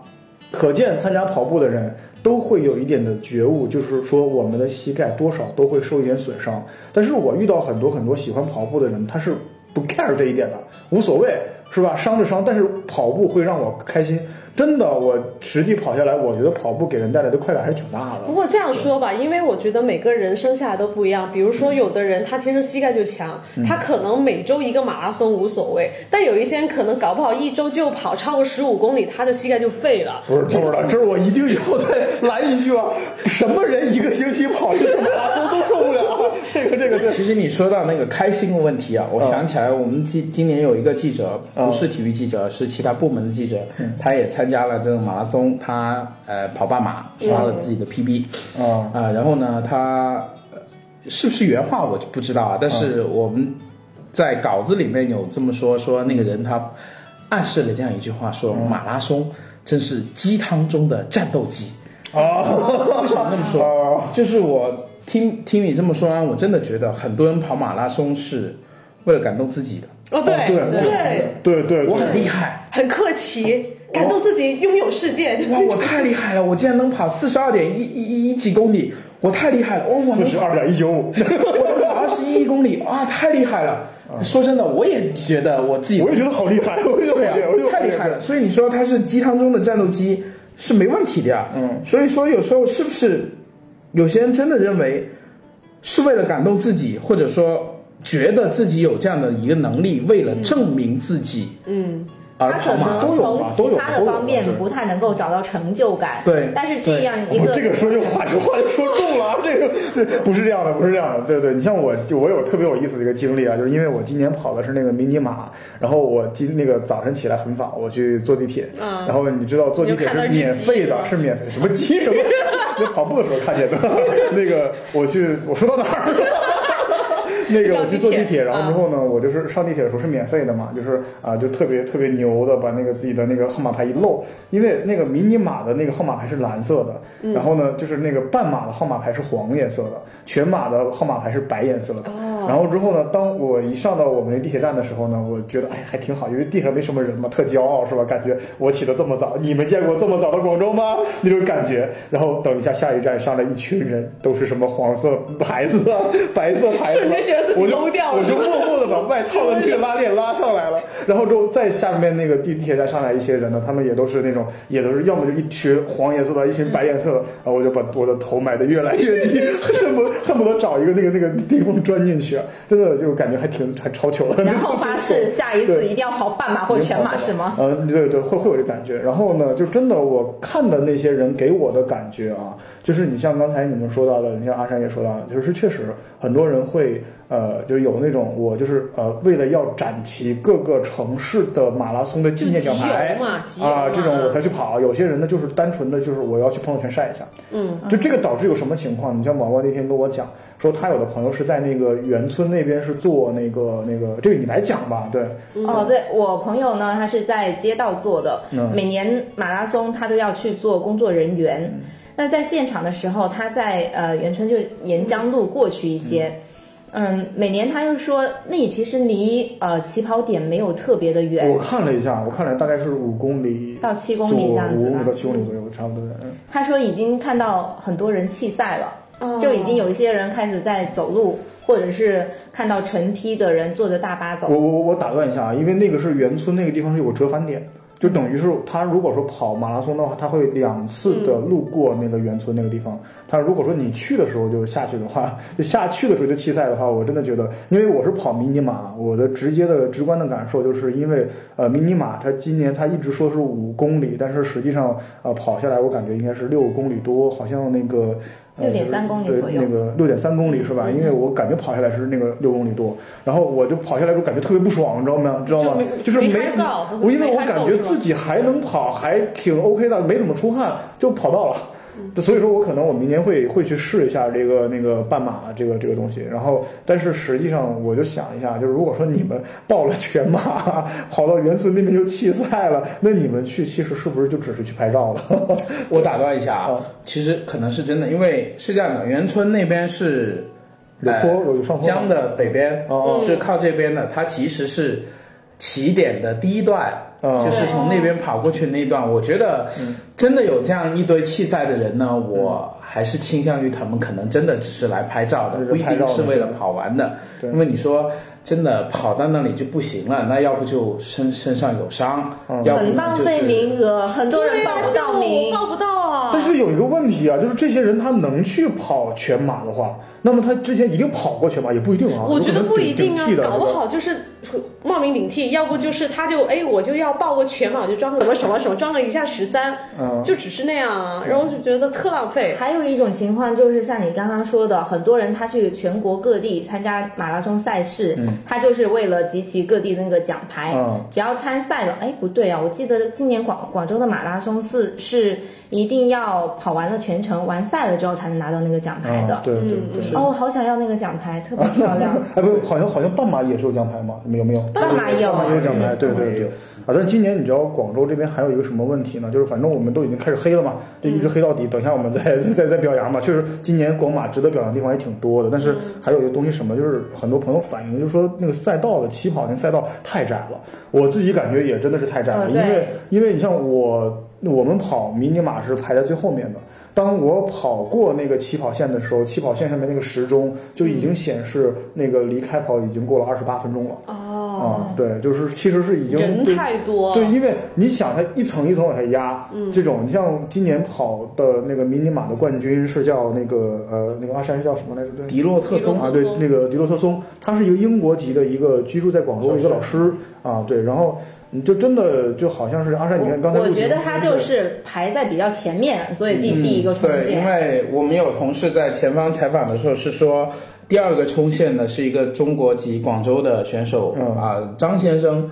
Speaker 1: 可见参加跑步的人都会有一点的觉悟，就是说我们的膝盖多少都会受一点损伤。但是我遇到很多很多喜欢跑步的人，他是不 care 这一点的，无所谓，是吧？伤就伤，但是跑步会让我开心。真的，我实际跑下来，我觉得跑步给人带来的快感还是挺大的
Speaker 2: 不。过这样说吧，因为我觉得每个人生下来都不一样。比如说，有的人他天生膝盖就强，他可能每周一个马拉松无所谓；但有一些人可能搞不好一周就跑超过十五公里，他的膝盖就废了。
Speaker 1: 不是，不知道，这是我一定要再来一句啊！什么人一个星期跑一次马拉松都受不了，这个这个这个
Speaker 4: 其实你说到那个开心的问题啊，我想起来，我们今今年有一个记者，
Speaker 1: 嗯
Speaker 4: 不是体育记者，是其他部门的记者，他也参加了这个马拉松，他呃跑半马刷了自己的 PB，
Speaker 1: 啊。
Speaker 4: 啊、然后呢，他呃是不是原话我就不知道啊，但是我们在稿子里面有这么说，说那个人他暗示了这样一句话，说马拉松真是鸡汤中的战斗机。
Speaker 1: 哦，
Speaker 4: 为什么这么说？就是我听听你这么说完，我真的觉得很多人跑马拉松是为了感动自己的，
Speaker 2: 哦，对
Speaker 1: 对
Speaker 2: 对，
Speaker 1: 对对，
Speaker 4: 我很厉害。
Speaker 2: 很客气，感动自己拥有世界。
Speaker 4: 哇，我太厉害了！我竟然能跑四十二点一一一几公里，我太厉害了！哦，我
Speaker 1: 四
Speaker 4: 能
Speaker 1: 十二点一九五，
Speaker 4: 我能跑二十一公里啊，太厉害了！说真的，我也觉得我自己
Speaker 1: 嗯 我也觉得好厉害，我也觉
Speaker 4: 对
Speaker 1: 得
Speaker 4: 啊
Speaker 1: 好厉害，我也觉得好，
Speaker 4: 太厉害了。所以你说它是鸡汤中的战斗机是没问题的呀。
Speaker 1: 嗯，
Speaker 4: 所以说有时候是不是有些人真的认为是为了感动自己，或者说觉得自己有这样的一个能力，为了证明自己，
Speaker 2: 嗯，
Speaker 4: 而
Speaker 3: 嗯他
Speaker 4: 跑
Speaker 3: 可
Speaker 4: 马
Speaker 3: 能
Speaker 1: 都有
Speaker 3: 从
Speaker 1: 嘛都
Speaker 3: 其
Speaker 1: 有
Speaker 3: 他
Speaker 1: 都有
Speaker 3: 的方面
Speaker 1: 对
Speaker 3: 不太能够找到成就感，
Speaker 4: 对
Speaker 3: 但是这样一
Speaker 1: 我
Speaker 3: 个
Speaker 1: 这个说这话这话就说中了，啊，这个这不是这样的，不是这样的，对对，你像我，就我有特别有意思的一个经历啊，就是因为我今年跑的是那个迷你马，然后我今那个早晨起来很早，我去坐地铁，
Speaker 2: 啊
Speaker 1: 然后你知道坐地铁是免费
Speaker 2: 你就看到
Speaker 1: 的，
Speaker 2: 日记
Speaker 1: 是免费什么鸡什么， 那跑步的时候看见的， 那个我去，我说到哪儿了？那个我去坐地
Speaker 2: 上地铁
Speaker 1: 铁，然后之后呢，我就是上地铁的时候是免费的嘛，就是啊、就特别特别牛的把那个自己的那个号码牌一露，因为那个迷你马的那个号码牌是蓝色的，然后呢，就是那个半马的号码牌是黄颜色的，全马的号码牌是白颜色的。然后之后呢，当我一上到我们那地铁站的时候呢，我觉得哎还挺好，因为地上没什么人嘛，特骄傲是吧？感觉我起得这么早，你们见过这么早的广州吗？那种感觉。然后等一下下一站上来一群人，都是什么黄色牌子啊、白色牌子啊，
Speaker 2: 瞬间觉得自己
Speaker 1: 我就
Speaker 2: 懵掉了
Speaker 1: 我就默默的把外套的那个拉链拉上来了， 然后之后再下面那个地铁站上来一些人呢，他们也都是那种，也都是要么就一群黄颜色的，一群白颜 色的，然后我就把我的头埋得越来越低， 恨不恨不得找一个那个那个地方钻进去，啊真的就感觉还挺还超糗的。
Speaker 3: 然后发誓下一次
Speaker 1: 对
Speaker 3: 一定要跑半马或全马是吗？
Speaker 1: 呃，对对，会会有这感觉。然后呢，就真的我看的那些人给我的感觉啊，就是你像刚才你们说到的，你像阿山也说到的，就是确实很多人会呃，就有那种我就是呃，为了要展齐各个城市的马拉松的纪念奖牌
Speaker 2: 就集邮嘛集邮嘛
Speaker 1: 啊，这种我才去跑。有些人呢，就是单纯的就是我要去朋友圈晒一下，
Speaker 2: 嗯，
Speaker 1: 就这个导致有什么情况？你像毛毛那天跟我讲。说他有的朋友是在那个园村那边是做那个那个，这个你来讲吧，对，
Speaker 3: 哦，对我朋友呢，他是在街道做的，
Speaker 1: 嗯
Speaker 3: 每年马拉松他都要去做工作人员。那在现场的时候，他在呃元春就沿江路过去一些，嗯，每年他又说那其实离呃起跑点没有特别的远
Speaker 1: 我，看了一下，我看了大概是五公里
Speaker 3: 到七公里这样子
Speaker 1: 五
Speaker 3: 吧
Speaker 1: 五到七公里左右，差不多。嗯，
Speaker 3: 他说已经看到很多人弃赛了，
Speaker 2: 哦
Speaker 3: 就已经有一些人开始在走路，或者是看到成批的人坐着大巴走
Speaker 1: 我。我我打断一下啊，因为那个是园村那个地方是有折返点，就等于是他如果说跑马拉松的话，他会两次
Speaker 3: 嗯
Speaker 1: 的路过那个园村那个地方。他如果说你去的时候就下去的话， 就下去的时候就弃赛的话，我真的觉得，因为我是跑迷你马，我的直接的直观的感受就是因为呃迷你马它今年它一直说是五公里，但是实际上呃跑下来我感觉应该是六公里多，好像那个。呃
Speaker 3: 6.3公里
Speaker 1: 对
Speaker 3: 左右嗯
Speaker 1: 那个六点三公里是吧？因为我感觉跑下来是那个六公里多，然后我就跑下来之后感觉特别不爽，你知道吗？知道吗？
Speaker 2: 就没
Speaker 1: 就是
Speaker 2: 没
Speaker 1: 没
Speaker 2: 嗨到
Speaker 1: 我因为
Speaker 2: 没
Speaker 1: 我
Speaker 2: 嗨
Speaker 1: 感
Speaker 2: 够
Speaker 1: 觉
Speaker 2: 是吧
Speaker 1: 自己还能跑，还挺 OK 的，没怎么出汗，就跑到了。
Speaker 2: 嗯
Speaker 1: 所以说我可能我明年会会去试一下这个那个半马这个这个东西，然后但是实际上我就想一下，就是如果说你们报了全马，跑到圆村那边就弃赛了，那你们去其实是不是就只是去拍照了？
Speaker 4: 我打断一下啊
Speaker 1: 啊，
Speaker 4: 其实可能是真的，因为是这样的，园村那边是
Speaker 1: 有
Speaker 4: 呃
Speaker 1: 坡有有上坡吗
Speaker 4: 江的北边，
Speaker 1: 哦
Speaker 4: 是靠这边的，它其实是起点的第一段。
Speaker 1: 哦嗯
Speaker 4: 就是从那边跑过去那一段，我觉得真的有这样一堆弃赛的人呢，我还是倾向于他们可能真的只是来拍照的，
Speaker 1: 就是
Speaker 4: 不一
Speaker 1: 拍照
Speaker 4: 定
Speaker 1: 的
Speaker 4: 是为了跑完的。
Speaker 1: 对
Speaker 4: 因为你说真的跑到那里就不行了，那要不就身身上有伤，
Speaker 1: 嗯
Speaker 4: 要不
Speaker 3: 很
Speaker 4: 呢
Speaker 3: 浪
Speaker 4: 就是
Speaker 3: 费名额，很多人报不到名。
Speaker 2: 报不到啊。
Speaker 1: 但是有一个问题啊，就是这些人他能去跑全马的话，那么他之前一定跑过全马，也不一定啊。
Speaker 2: 我觉
Speaker 1: 有
Speaker 2: 得
Speaker 1: 可能
Speaker 2: 不一定啊
Speaker 1: 顶替，的
Speaker 2: 搞不
Speaker 1: 是吧
Speaker 2: 好就是冒名顶替，要不就是他就哎，我就要报个全马，我就装个什么什么什么，装了一下十三、
Speaker 1: 嗯
Speaker 2: 就只是那样啊，然后就觉得特浪费。
Speaker 3: 还有一种情况就是像你刚刚说的，很多人他去全国各地参加马拉松赛事，他就是为了集齐各地那个奖牌。
Speaker 1: 嗯
Speaker 3: 只要参赛了，哎，不对啊，我记得今年广广州的马拉松是是一定要跑完了全程，完赛了之后才能拿到那个奖牌的。
Speaker 1: 啊，对对对。
Speaker 3: 哦，我好想要那个奖牌，特别漂亮。
Speaker 1: 哎，不，好像好像半马也是有奖牌嘛？你们有没有？
Speaker 3: 半马有
Speaker 1: 半马也有奖牌，
Speaker 4: 嗯
Speaker 1: 对对
Speaker 4: 半马也
Speaker 1: 对
Speaker 4: 有。
Speaker 1: 啊，但是今年你知道广州这边还有一个什么问题呢？就是反正我们都已经开始黑了嘛，就一直黑到底。等一下我们再再再再表扬吧。确实，今年广马值得表扬的地方也挺多的。但是还有一个东西什么，就是很多朋友反映，就是说那个赛道的起跑那赛道太窄了。我自己感觉也真的是太窄了，
Speaker 3: 嗯
Speaker 1: 因
Speaker 3: 对
Speaker 1: 为因为你像我，我们跑迷你马是排在最后面的。当我跑过那个起跑线的时候，起跑线上面那个时钟就已经显示那个离开跑已经过了二十八分钟了。
Speaker 2: 哦，
Speaker 1: 啊，对，就是其实是已经
Speaker 2: 人
Speaker 1: 对
Speaker 2: 太多，
Speaker 1: 对，因为你想，它一层一层往下压，
Speaker 4: 嗯
Speaker 1: 这种你像今年跑的那个迷你马的冠军是叫那个呃那个阿山是叫什么来着？对，
Speaker 4: 迪洛特松
Speaker 1: 啊，对，那个迪洛特松，他是一个英国籍的一个居住在广州的一个老师啊，对，然后你就真的就好像是阿山，你看刚才
Speaker 3: 我
Speaker 1: 录
Speaker 3: 我觉
Speaker 1: 节
Speaker 3: 得
Speaker 1: 目
Speaker 3: 他
Speaker 1: 时候
Speaker 3: 就
Speaker 1: 对
Speaker 3: 是排在比较前面，所以自己第一个冲
Speaker 4: 对，因
Speaker 3: 线。
Speaker 4: 为我们有同事在前方采访的时候是说，第二个冲线的是一个中国籍广州的选手
Speaker 1: 嗯
Speaker 4: 啊、张先生，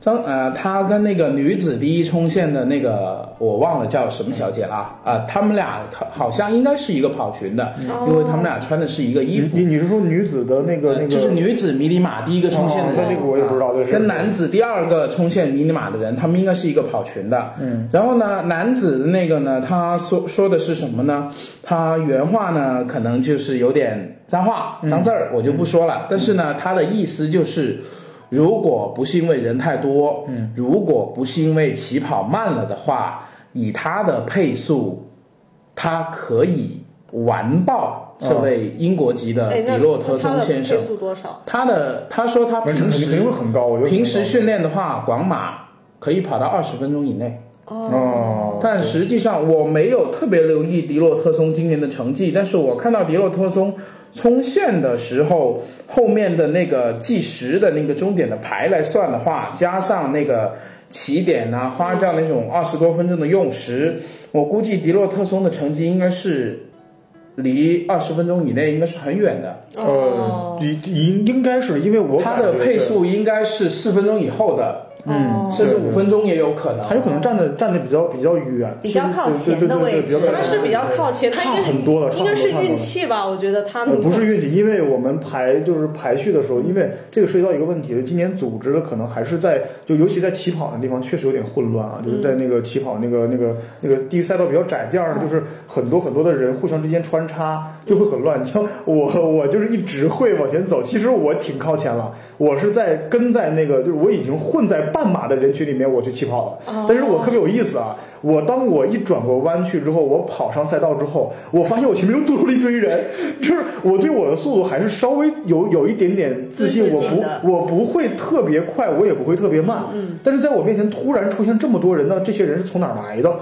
Speaker 4: 张呃，他跟那个女子第一冲线的那个我忘了叫什么小姐了啊、他们俩好好像应该是一个跑群的，
Speaker 2: 哦
Speaker 4: 因为他们俩穿的是一个衣服。
Speaker 1: 你你你是说女子嗯的那个那
Speaker 4: 呃
Speaker 1: 个
Speaker 4: 就是女子迷你马第一个啊冲线的
Speaker 1: 哦
Speaker 4: 人，
Speaker 1: 那那个我也不知道这是
Speaker 4: 跟男子第二个冲线迷你马的人，他们应该是一个跑群的。嗯，然后呢，男子的那个呢，他说说的是什么呢？他原话呢，可能就是有点脏话、脏字儿，我就不说了。但是呢，他的意思就是。如果不是因为人太多，嗯，如果不是因为起跑慢了的话，以他的配速，他可以完爆这位英国籍的
Speaker 2: 哎，
Speaker 4: 迪
Speaker 2: 那
Speaker 4: 洛特松先生
Speaker 2: 他的配。速多少？
Speaker 4: 他的他说他
Speaker 1: 肯定
Speaker 4: 平
Speaker 1: 肯定会
Speaker 4: 时
Speaker 1: 很高，我觉得
Speaker 4: 平时训练的话，广马可以跑到二十分钟以内，
Speaker 1: 哦，
Speaker 4: 但实际上我没有特别留意迪洛特松今年的成绩，但是我看到迪洛特松冲线的时候，后面的那个计时的那个终点的牌来算的话，加上那个。起点呐、花轿那种二十多分钟的用时，我估计迪洛特松的成绩应该是离二十分钟以内应该是很远的。
Speaker 1: 呃，
Speaker 3: 哦
Speaker 1: 应应应该是因为我
Speaker 4: 它
Speaker 1: 感
Speaker 4: 的
Speaker 1: 觉
Speaker 4: 配
Speaker 1: 是
Speaker 4: 速应该是四分钟以后的，
Speaker 2: 嗯
Speaker 3: 哦
Speaker 4: 甚至五分钟也有可能。
Speaker 1: 还有可能站的站的比较比较远，
Speaker 3: 比较靠前
Speaker 1: 对对对
Speaker 3: 的
Speaker 1: 对
Speaker 3: 位
Speaker 1: 对
Speaker 3: 置
Speaker 1: 比较
Speaker 2: 他是比较靠前，他
Speaker 1: 差
Speaker 2: 应该是
Speaker 1: 很多了，
Speaker 2: 应该是
Speaker 1: 差很多
Speaker 2: 运。气吧？我觉得
Speaker 1: 差
Speaker 2: 他能
Speaker 1: 很多呃，不
Speaker 2: 够
Speaker 1: 是运气，因为我们排就是排序的时候，因为这个涉及到一个问题，今年组织的可能还是在就尤其在起跑的地方确实有点混乱啊，就是在那个起跑那个那个那个第一赛道比较窄，第二呢就是很多很多的人互相之间穿插，就会很乱。你像我我就是一直会往前走，其实我挺靠前了，我是在跟在那个就是我已经混在半马的人群里面我去起跑了，
Speaker 3: 哦
Speaker 1: 但是我特别有意思啊！我当我一转过弯去之后，我跑上赛道之后，我发现我前面又多出了一堆人， 就是我对我的速度还是稍微有有一点点自信，
Speaker 3: 自
Speaker 1: 我
Speaker 3: 信的嗯
Speaker 1: 不我不会特别快，我也不会特别慢，但是在我面前突然出现这么多人呢，这些人是从哪儿来的？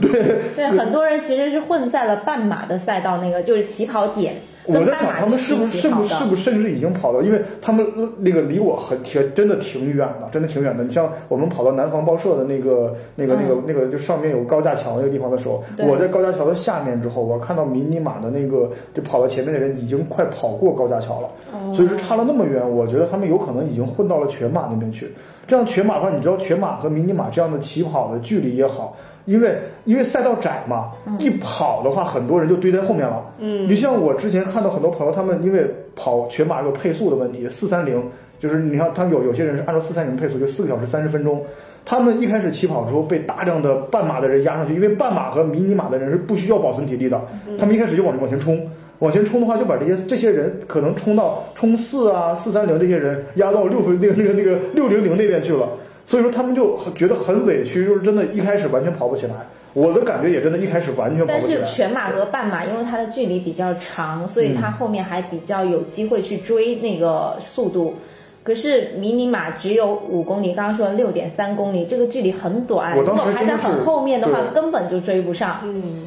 Speaker 1: 对，
Speaker 3: 对，很多人其实是混在了半马的赛道那个，就是起跑点。
Speaker 1: 我
Speaker 3: 跟
Speaker 1: 在
Speaker 3: 斑
Speaker 1: 想
Speaker 3: 马
Speaker 1: 他们
Speaker 3: 一
Speaker 1: 是不
Speaker 3: 起
Speaker 1: 是是
Speaker 3: 跑
Speaker 1: 不
Speaker 3: 的。
Speaker 1: 是不是甚至已经跑到，因为他们呃那个离我很挺真的挺远的，真的挺远的。你像我们跑到南方报社的那个那个那个那个就上面有高架桥那个地方的时候，
Speaker 3: 嗯对
Speaker 1: 我在高架桥的下面之后，我看到迷你马的那个就跑到前面的人已经快跑过高架桥了，
Speaker 3: 哦
Speaker 1: 所以说差了那么远，我觉得他们有可能已经混到了全马那边去。这样全马的话，你知道全马和迷你马这样的起跑的距离也好，因为因为赛道窄嘛，
Speaker 3: 嗯
Speaker 1: 一跑的话，很多人就堆在后面了。嗯，就像我之前看到很多朋友，他们因为跑全马有配速的问题，四三零就是你看他们有有些人是按照四三零配速，就四个小时三十分钟。他们一开始起跑之后被大量的半马的人压上去，因为半马和迷你马的人是不需要保存体力的，
Speaker 3: 嗯
Speaker 1: 他们一开始就往往前冲。往前冲的话，就把这些这些人可能冲到冲四啊、四三零这些人压到六分那个那个那个六零零那边去了，所以说他们就很觉得很委屈，就是真的一开始完全跑不起来。我的感觉也真的一开始完全跑
Speaker 3: 但
Speaker 1: 不起
Speaker 3: 是
Speaker 1: 来。
Speaker 3: 全马和半马，因为它的距离比较长，所以它后面还比较有机会去追那个速度。可是迷你马只有五公里，刚刚说六点三公里，这个距离很短。
Speaker 1: 我
Speaker 3: 如
Speaker 1: 当
Speaker 3: 果
Speaker 1: 时
Speaker 3: 还在
Speaker 1: 真的是
Speaker 3: 很后面的话，
Speaker 1: 对嗯
Speaker 3: 根本就追不上。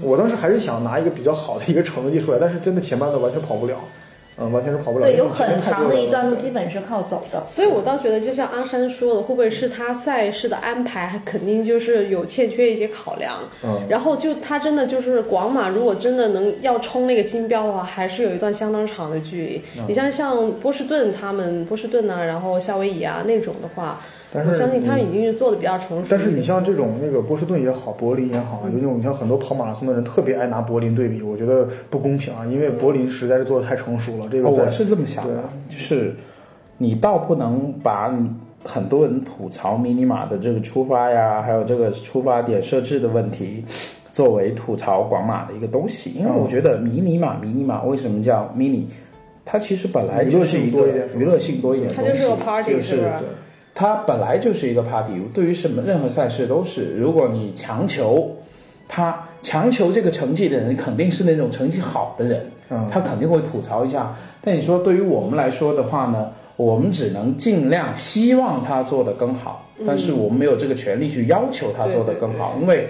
Speaker 1: 我当时还是想拿一个比较好的一个成绩出来，但是真的前半段完全跑不了，嗯，完全是跑不了。
Speaker 3: 对，有
Speaker 1: 因为前面
Speaker 3: 很
Speaker 1: 太
Speaker 3: 长
Speaker 1: 多
Speaker 3: 的
Speaker 1: 人
Speaker 3: 一段
Speaker 1: 了
Speaker 3: 路基本是靠走的。
Speaker 2: 所以，我倒觉得，就像阿山说的，会不会是他赛事的安排，还肯定就是有欠缺一些考量。
Speaker 1: 嗯
Speaker 2: 然后就他真的就是广马，如果真的能要冲那个金标的话，还是有一段相当长的距离。
Speaker 1: 嗯
Speaker 2: 你像像波士顿他们，波士顿呐、然后夏威夷啊那种的话，
Speaker 1: 但是嗯
Speaker 2: 我相信他们已经是做的比较成熟。
Speaker 1: 但是你像这种那个波士顿也好，柏林也好，啊尤其我们像很多跑马拉松的人特别爱拿柏林对比，我觉得不公平啊，因为柏林实在是做的太成熟了。这个
Speaker 4: 哦，
Speaker 1: 在
Speaker 4: 我是这么想的，就是你倒不能把你很多人吐槽迷你马的这个出发呀，还有这个出发点设置的问题，作为吐槽广马的一个东西，因为
Speaker 1: 哦
Speaker 4: 我觉得迷你马，迷你马为什么叫 mini？它其实本来就是一
Speaker 1: 娱乐性多
Speaker 4: 个
Speaker 1: 一点是吧
Speaker 4: 娱乐性多一点的
Speaker 2: 它
Speaker 4: 东西，
Speaker 2: 就是个 party，
Speaker 4: 就是
Speaker 2: 是不是
Speaker 4: 它本来就是一个 party，对于什么任何赛事都是。如果你强求他强求这个成绩的人，肯定是那种成绩好的人，
Speaker 1: 嗯
Speaker 4: 他肯定会吐槽一下。但你说对于我们来说的话呢，我们只能尽量希望他做得更好，
Speaker 1: 嗯
Speaker 4: 但是我们没有这个权利去要求他做得更好，因为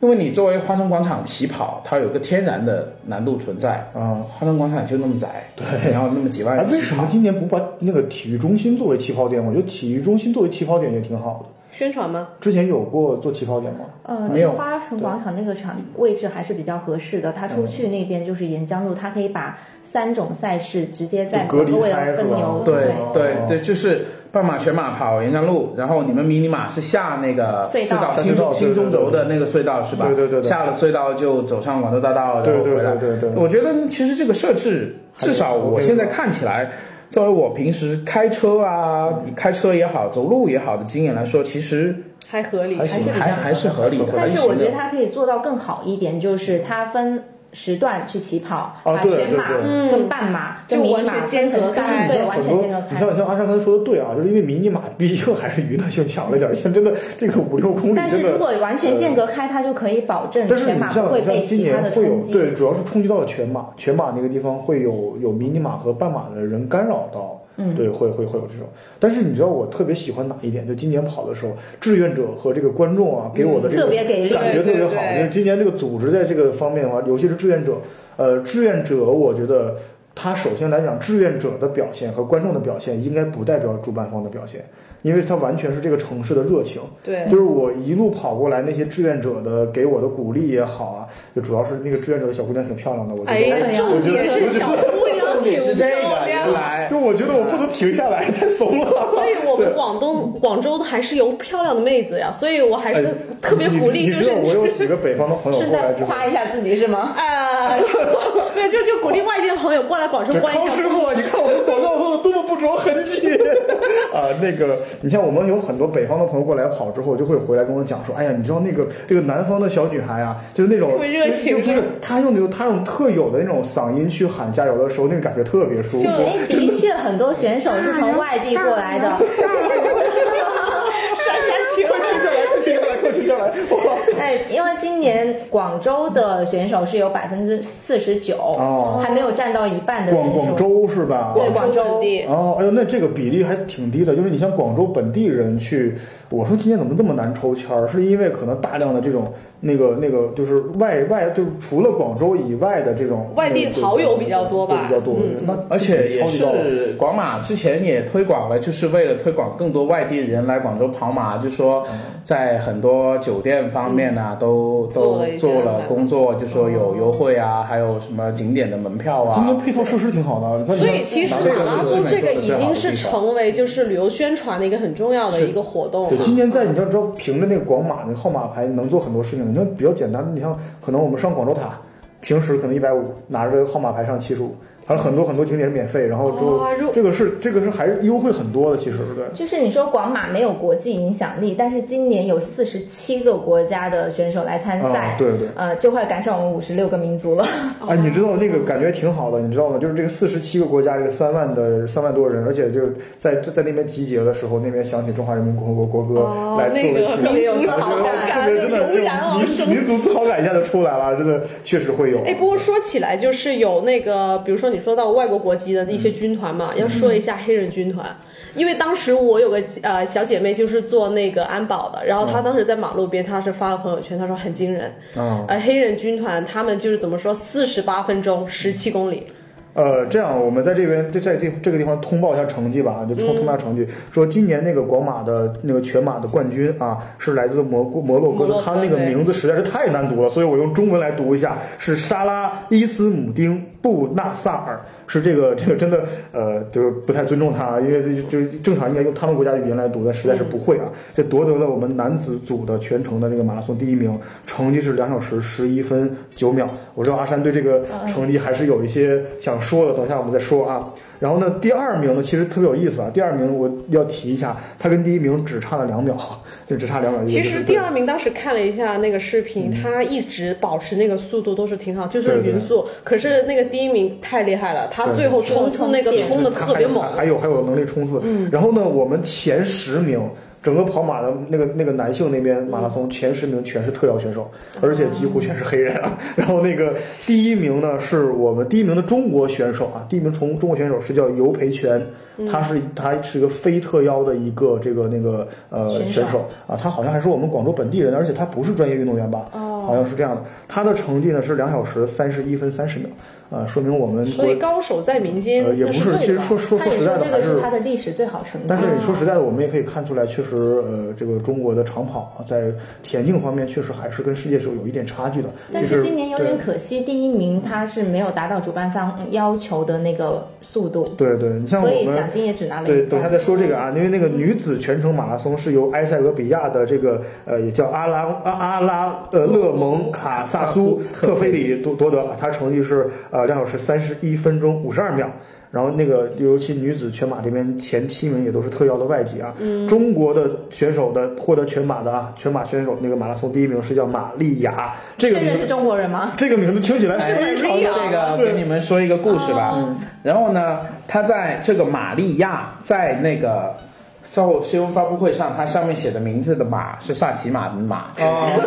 Speaker 4: 因为你作为花城广场起跑，它有个天然的难度存在。嗯
Speaker 1: 啊、
Speaker 4: 花城广场就那么窄，对，然后那么几万
Speaker 1: 哎，
Speaker 4: 人
Speaker 1: 为
Speaker 4: 起
Speaker 1: 什
Speaker 4: 跑
Speaker 1: 么，今年不把那个体育中心作为起跑点？我觉得体育中心作为起跑点也挺好的。
Speaker 2: 宣传吗？
Speaker 1: 之前有过做起跑点吗？
Speaker 3: 呃，
Speaker 4: 没
Speaker 3: 其实
Speaker 4: 有
Speaker 3: 花城广场那个场位置还是比较合适的，它
Speaker 1: 嗯
Speaker 3: 出去那边就是沿江路，它可以把三种赛事直接在
Speaker 1: 就隔离
Speaker 3: 某个位
Speaker 1: 开
Speaker 3: 置
Speaker 1: 是
Speaker 3: 分
Speaker 1: 吧
Speaker 3: 流。
Speaker 4: 对
Speaker 1: 哦
Speaker 4: 对对，就是半马、全马跑沿江路，然后你们迷你马是下那个
Speaker 3: 隧道
Speaker 4: 新
Speaker 1: 隧道对
Speaker 4: 中新中
Speaker 1: 对对
Speaker 4: 轴的那个隧道是吧？
Speaker 1: 对对对对
Speaker 4: 下了隧道就走上广州大道，然
Speaker 1: 对
Speaker 4: 后
Speaker 1: 对
Speaker 4: 回来。
Speaker 1: 对对对
Speaker 4: 我觉得其实这个设置，
Speaker 1: 还是
Speaker 4: 至少
Speaker 1: OK
Speaker 4: 我
Speaker 1: 的
Speaker 4: 现在看起来，作为我平时开车啊、开车也好、走路也好的经验来说，其实
Speaker 2: 还合理，
Speaker 1: 还
Speaker 2: 还是
Speaker 1: 行
Speaker 2: 比
Speaker 4: 还
Speaker 2: 较
Speaker 4: 还是合理的。
Speaker 3: 但是我觉得
Speaker 4: 还
Speaker 3: 它可以做到更好一点，就是它分时段去起跑，
Speaker 1: 哦
Speaker 3: 把
Speaker 1: 对
Speaker 3: 全马
Speaker 1: 对
Speaker 2: 对
Speaker 3: 跟半马、
Speaker 2: 嗯就
Speaker 3: 跟迷你
Speaker 2: 完
Speaker 3: 马
Speaker 2: 全间
Speaker 3: 分成
Speaker 2: 隔
Speaker 3: 三
Speaker 2: 开
Speaker 3: 对，
Speaker 1: 很
Speaker 3: 完全
Speaker 1: 多
Speaker 3: 间隔
Speaker 1: 你
Speaker 3: 开。
Speaker 1: 像像阿山刚才说的对啊，就是因为迷你马毕竟还是娱乐性强了点儿，像真的这个五六公里
Speaker 3: 但
Speaker 1: 真
Speaker 3: 是
Speaker 1: 的。
Speaker 3: 如果完全间隔开，它就可以保证
Speaker 1: 但是
Speaker 3: 全
Speaker 1: 你
Speaker 3: 马不
Speaker 1: 像
Speaker 3: 会
Speaker 1: 你
Speaker 3: 被
Speaker 1: 像今
Speaker 3: 其他
Speaker 1: 年
Speaker 3: 的
Speaker 1: 会有
Speaker 3: 冲击。
Speaker 1: 对，主要是冲击到了全马，全马那个地方会有有迷你马和半马的人干扰到，嗯，对，会会会有这种。但是你知道我特别喜欢哪一点？就今年跑的时候，志愿者和这个观众啊，给我的这个、
Speaker 3: 特别给力
Speaker 1: 感觉特别好。
Speaker 2: 对对对
Speaker 1: 就是今年这个组织在这个方面的话，尤其是志愿者，呃，志愿者我觉得。他首先来讲，志愿者的表现和观众的表现应该不代表主办方的表现，因为他完全是这个城市的热情。
Speaker 2: 对。
Speaker 1: 就是我一路跑过来，那些志愿者的给我的鼓励也好啊，就主要是那个志愿者的小姑娘挺漂亮的，我觉得。
Speaker 2: 哎呀，重点是小姑娘
Speaker 4: 重点是
Speaker 2: 挺
Speaker 4: 这个，
Speaker 2: 漂亮
Speaker 4: 原
Speaker 2: 的。
Speaker 4: 来
Speaker 1: 就我觉得我不能停下来，太怂了。
Speaker 2: 所以 我们广东广州还是有漂亮的妹子呀，所以我还是特别鼓
Speaker 1: 哎你
Speaker 2: 励，
Speaker 1: 你
Speaker 2: 就
Speaker 1: 知道我有
Speaker 2: 是
Speaker 1: 几个北方的朋友
Speaker 3: 是
Speaker 1: 过来
Speaker 3: 在
Speaker 1: 之后，
Speaker 3: 夸一下自己是吗？
Speaker 2: 啊，对，就就鼓励外地的朋友过来广州
Speaker 1: 这
Speaker 2: 观
Speaker 1: 康
Speaker 2: 一
Speaker 1: 师
Speaker 2: 下。
Speaker 1: 傅，啊你看我们广告做的多么不着痕迹 啊！那个，你像我们有很多北方的朋友过来跑之后，就会回来跟我讲说，哎呀，你知道那个这个南方的小女孩啊，就是那种
Speaker 2: 特别热情啊
Speaker 1: 就就不是她用那种她用特有的那种嗓音去喊加油的时候，那个感觉特别 舒服。
Speaker 3: 哎，的确，很多选手是从外地过来的。
Speaker 2: 珊珊挺
Speaker 1: 快停下来，快停下来，快停下来！哇！
Speaker 3: 哎，因为今年广州的选手是有百分之四十九，
Speaker 1: 哦
Speaker 3: 还没有占到一半的人
Speaker 1: 广
Speaker 3: 数
Speaker 1: 广。州是吧？
Speaker 3: 对广州
Speaker 2: 本地，
Speaker 1: 哦，哎呦，那这个比例还挺低的。就是你像广州本地人去，我说今年怎么这么难抽签儿，是因为可能大量的这种那个那个就是外外就是除了广州以外的这种
Speaker 2: 外地
Speaker 1: 对对
Speaker 2: 好友比较多吧
Speaker 1: 对比较多。
Speaker 2: 嗯
Speaker 1: 那
Speaker 4: 而且也
Speaker 1: 超级高了
Speaker 4: 是广马之前也推广了，就是为了推广更多外地人来广州跑马，就说
Speaker 1: 嗯
Speaker 4: 在很多酒店方面啊，都
Speaker 2: 做
Speaker 4: 都
Speaker 2: 了一些哦
Speaker 4: 做了工作，就说有优惠啊，还有什么景点的门票
Speaker 1: 今
Speaker 4: 啊
Speaker 1: 天。配套设施挺好的，你看你
Speaker 2: 所
Speaker 1: 看
Speaker 2: 以其实
Speaker 1: 哪
Speaker 4: 拿
Speaker 1: 个
Speaker 2: 马
Speaker 4: 这个
Speaker 2: 拉
Speaker 4: 是
Speaker 2: 松
Speaker 4: 美
Speaker 2: 这
Speaker 4: 国
Speaker 2: 个
Speaker 4: 的
Speaker 2: 已
Speaker 4: 最好
Speaker 2: 经
Speaker 4: 的
Speaker 2: 是
Speaker 4: 地方
Speaker 2: 成为就是旅游宣传的一个很重要的一个活动
Speaker 1: 对，
Speaker 2: 了。
Speaker 1: 今年在你知道知道凭着那个广马那个号码牌能做很多事情。你看比较简单，你像可能我们上广州塔，平时可能一百五，拿着号码牌上七十五，反正很多很多景点是免费，然后之后、
Speaker 2: 哦如
Speaker 1: 这个是这个是还是优惠很多的，其实对。
Speaker 3: 就是你说广马没有国际影响力，但是今年有四十七个国家的选手来参赛，
Speaker 1: 啊对对
Speaker 3: 呃，就快赶上我们五十六个民族了。
Speaker 2: 哦
Speaker 1: 哎，你知道这个感觉挺好的，你知道吗？就是这个四十七个国家，这个三万的三万多人，而且就是在在那边集结的时候，那边响起中华人民共和国国
Speaker 2: 哦
Speaker 1: 歌来作为
Speaker 2: 那个
Speaker 1: 起
Speaker 2: 特别有自
Speaker 1: 我觉
Speaker 2: 豪
Speaker 1: 得
Speaker 2: 感啊
Speaker 1: 特别真的
Speaker 2: 油然而
Speaker 1: 这种
Speaker 2: 生
Speaker 1: 民民族自豪感一下就出来了，真的确实会有。啊
Speaker 2: 哎，不过说起来，就是有那个，比如说你说到外国国籍的一
Speaker 1: 嗯
Speaker 2: 些军团嘛，要说一下黑人军团，因为当时我有个呃小姐妹就是做那个安保的，然后
Speaker 1: 哦
Speaker 2: 她当时在马路边，她是发了朋友圈，她说很惊人，
Speaker 1: 嗯
Speaker 2: 呃，黑人军团他们就是怎么说，四十八分钟，十七公里，
Speaker 1: 呃，这样我们在这边就在这这个地方通报一下成绩吧，就通通报
Speaker 2: 嗯
Speaker 1: 一下成绩，说今年那个广马的那个全马的冠军啊，是来自摩国摩洛哥
Speaker 2: 摩洛
Speaker 1: 的，
Speaker 2: 哥
Speaker 1: 他那个
Speaker 2: 对
Speaker 1: 名字实在是太难读了，所以我用中文来读一下，是沙拉伊斯姆丁布纳萨尔，是这个这个真的呃，就是不太尊重他，啊因为就是正常应该用他们国家的语言来读，但实在是不
Speaker 2: 嗯
Speaker 1: 会啊，这夺得了我们男子组的全程的这个马拉松第一名，成绩是两小时十一分九秒，我知道阿山对这个
Speaker 2: 嗯
Speaker 1: 成绩还是有一些想说的，等一下我们再说啊。然后呢，第二名呢，其实特别有意思啊。第二名我要提一下，他跟第一名只差了两秒， 就只差两秒。嗯
Speaker 2: 其
Speaker 1: 也就
Speaker 2: 实
Speaker 1: 是嗯
Speaker 2: 第二名当时看了一下那个视频，他一直保持那个速度都是挺好，就是
Speaker 1: 对对
Speaker 2: 匀速。可是那个第一名太厉害了，他
Speaker 1: 对
Speaker 2: 最后冲刺那个
Speaker 3: 冲
Speaker 2: 冲的
Speaker 1: 他
Speaker 2: 特别猛嗯
Speaker 1: 还。还有还有能力冲刺。然后呢，我们前十名，整个跑马的那个那个男性那边马拉
Speaker 2: 嗯
Speaker 1: 松前十名全是特邀选手，而且几乎全是黑人啊。 然后那个第一名呢，是我们第一名的中国选手啊，第一名从中国选手是叫尤培全，
Speaker 2: 嗯
Speaker 1: 他是他是一个非特邀的一个这个那个呃
Speaker 3: 选手
Speaker 1: 选手啊，他好像还是我们广州本地人，而且他不是专业运动员吧？
Speaker 2: 哦
Speaker 1: 好像是这样的。他的成绩呢是两小时三十一分三十秒。啊、说明我们国
Speaker 2: 所以高手在民间，
Speaker 1: 呃，也不
Speaker 2: 那
Speaker 1: 是，
Speaker 2: 对
Speaker 1: 其实
Speaker 2: 的
Speaker 1: 说 说
Speaker 3: 他
Speaker 1: 说
Speaker 3: 也
Speaker 1: 实在
Speaker 3: 说
Speaker 1: 的
Speaker 3: 这个
Speaker 1: 还
Speaker 3: 是
Speaker 1: 是
Speaker 3: 他。的嗯历史最好成绩
Speaker 1: 但。是你说实在的，我们也可以看出来，确实，呃，这个中国的长跑啊在田径方面确实还是跟世界是有一点差距的。
Speaker 3: 但
Speaker 1: 就是
Speaker 3: 今年有
Speaker 1: 对
Speaker 3: 点可惜，第一名他是没有达到主办方要求的那个速度，
Speaker 1: 对对，你像
Speaker 3: 所
Speaker 1: 我
Speaker 3: 以
Speaker 1: 们
Speaker 3: 奖金也只拿了一
Speaker 1: 对，
Speaker 3: 半
Speaker 1: 等一下再说这个啊，因为那个女子全程马拉松是由埃塞俄比亚的这个呃，也叫阿拉阿阿拉呃勒蒙卡萨苏特菲里夺夺得，她成绩是呃两小时三十一分钟五十二秒。然后那个，尤其女子全马这边前七名也都是特邀的外籍啊。中国的选手的获得全马的啊，全马选手那个马拉松第一名是叫玛丽亚，这个
Speaker 3: 确
Speaker 1: 名
Speaker 3: 认是
Speaker 1: 字
Speaker 3: 中国人吗？
Speaker 1: 这个名字听起 来非常的
Speaker 4: 哎这个给你们说一个故事吧。然后呢，他在这个玛利亚在那个售后新闻发布会上，他上面写的名字的马是萨琪玛的马。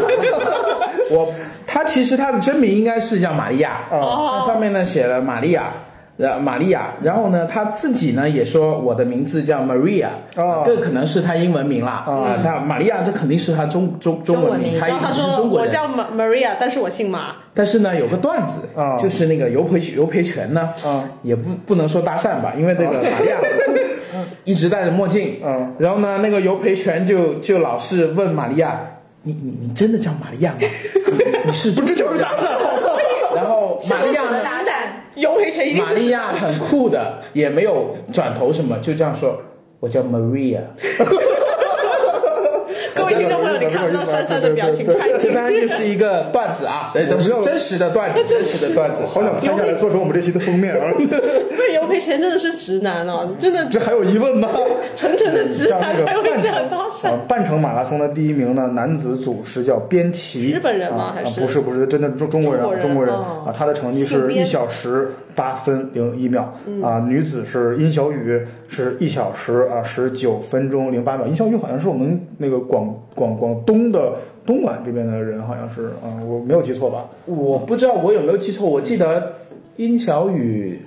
Speaker 4: 我他其实他的真名应该是叫玛利亚，
Speaker 1: 哦
Speaker 4: 那上面呢写了玛利亚。呃，玛利亚，然后呢，他自己呢也说我的名字叫 Maria，
Speaker 1: 哦
Speaker 4: 这可能是他英文名啦。啊，他玛利亚这肯定是他中中中文
Speaker 3: 中
Speaker 4: 名，
Speaker 3: 文名
Speaker 4: 他一
Speaker 2: 然后他
Speaker 4: 定是
Speaker 2: 说
Speaker 4: 中国
Speaker 2: 我
Speaker 4: 人。
Speaker 2: 叫 Ma- Maria，但是我姓马。
Speaker 4: 但是呢，有个段子，
Speaker 1: 啊
Speaker 4: 就是那个尤培尤培全呢，
Speaker 1: 啊
Speaker 4: 也不不能说搭讪吧，因为那 个玛利亚呃一直戴着墨镜，
Speaker 1: 嗯
Speaker 4: 然后呢，那个尤培全就就老是问玛利亚，你你你真的叫玛利亚吗？ 你你是不这就是搭讪？ 然后玛利亚呢
Speaker 3: 搭讪，
Speaker 1: 哦
Speaker 2: 尤培全一定
Speaker 4: 玛
Speaker 2: 是
Speaker 4: 利亚很酷的，也没有转头什么，就这样说，我叫 Maria。
Speaker 2: 各位听众朋友，你看不到珊珊的表情，太
Speaker 4: 哎这
Speaker 2: 惊
Speaker 4: 当然就是一个段子 啊，呃，都是真实的段 子，真实的段子。
Speaker 1: 好想拍下来做成我们这期的封面 啊！
Speaker 2: 所以尤培全真的是直男哦，真的
Speaker 1: 这还有疑问吗？
Speaker 2: 纯纯的直
Speaker 1: 像
Speaker 2: 男
Speaker 1: 那个半
Speaker 2: 啊才会这
Speaker 1: 程
Speaker 2: 样搭讪。
Speaker 1: 啊，半程马拉松的第一名呢，男子组是叫边琦，
Speaker 2: 日本人吗
Speaker 1: 啊
Speaker 2: 还
Speaker 1: 啊
Speaker 2: 是
Speaker 1: 不是不是，真的中中国人啊，
Speaker 2: 中
Speaker 1: 中国
Speaker 2: 国人
Speaker 1: 人
Speaker 2: 哦
Speaker 1: 啊，他的成绩
Speaker 2: 姓
Speaker 1: 是
Speaker 2: 边
Speaker 1: 一小时八分零一秒
Speaker 2: 嗯
Speaker 1: 啊，女子是殷小雨，是一小时啊十九分钟零八秒。殷小雨好像是我们那个广广广东的东莞这边的人，好像是啊，我没有记错吧？
Speaker 4: 我不知道我有没有记错，我记得殷小雨，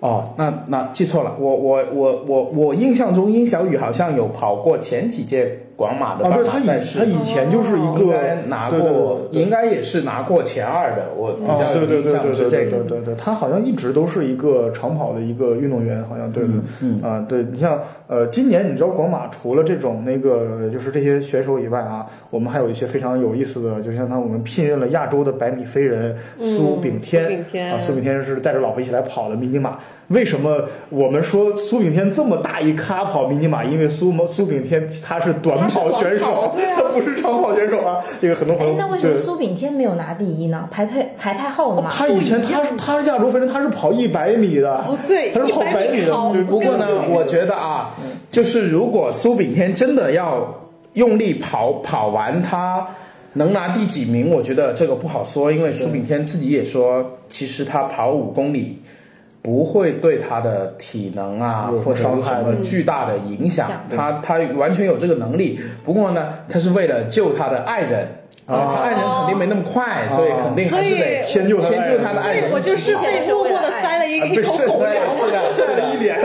Speaker 4: 哦，那那记错了，我我我我我印象中殷小雨好像有跑过前几届广马的
Speaker 1: 啊，
Speaker 4: 半
Speaker 1: 对
Speaker 4: 马
Speaker 1: 他以
Speaker 4: 赛事。
Speaker 1: 他以前就是一
Speaker 4: 哦应
Speaker 1: 个
Speaker 4: 该拿
Speaker 1: 对对对
Speaker 4: 过，应该也是拿过前二的。我比较
Speaker 1: 啊，对
Speaker 4: 有
Speaker 1: 对
Speaker 4: 印
Speaker 1: 对
Speaker 4: 象
Speaker 1: 对
Speaker 4: 的是
Speaker 1: 对
Speaker 4: 这
Speaker 1: 对
Speaker 4: 个
Speaker 1: 对。对对，他好像一直都是一个长跑的一个运动员，好像对的，嗯啊、对你像呃，今年你知道广马除了这种那个就是这些选手以外啊，我们还有一些非常有意思的，就像他我们聘任了亚洲的百米飞人苏炳添，
Speaker 2: 苏炳添
Speaker 1: 啊，苏炳添是带着老婆一起来跑的迷你马。为什么我们说苏炳添这么大一咖跑迷你马？因为苏苏炳添他是短
Speaker 3: 他是
Speaker 1: 跑
Speaker 3: 短
Speaker 1: 选手
Speaker 3: 跑，对啊
Speaker 1: 他不是长跑选手啊。这个很多朋
Speaker 3: 哎
Speaker 1: 友，
Speaker 3: 那为什么
Speaker 1: 对哦
Speaker 3: 苏炳添没有拿第一呢？排太排太后了嘛？
Speaker 1: 他以前他是他是亚洲飞人，他是跑一百米的，
Speaker 2: 哦对
Speaker 1: 他是跑
Speaker 2: 100米
Speaker 1: 米的
Speaker 2: 跑。
Speaker 1: 对
Speaker 4: 不过呢，我觉得啊，就是如果苏炳添真的要用力跑跑完，他能拿第几名，我觉得这个不好说，因为苏炳添自己也说，其实他跑五公里。不会对他的体能啊
Speaker 1: 有，
Speaker 4: 或者有
Speaker 1: 伤害
Speaker 4: 什么巨大的影响
Speaker 3: 嗯。
Speaker 4: 他他完全有这个能力，不过呢，他是为了救他的爱人，啊，他爱人肯定没那么快，所以肯定还是得
Speaker 2: 所
Speaker 1: 以我
Speaker 4: 迁就他的
Speaker 2: 所
Speaker 4: 爱
Speaker 2: 以
Speaker 4: 人。
Speaker 2: 我就是
Speaker 3: 前
Speaker 2: 被默默的塞了一
Speaker 1: 啊
Speaker 2: 一口
Speaker 1: 被
Speaker 2: 狗
Speaker 4: 对
Speaker 2: 粮，，
Speaker 4: 是的，是的
Speaker 1: 一。脸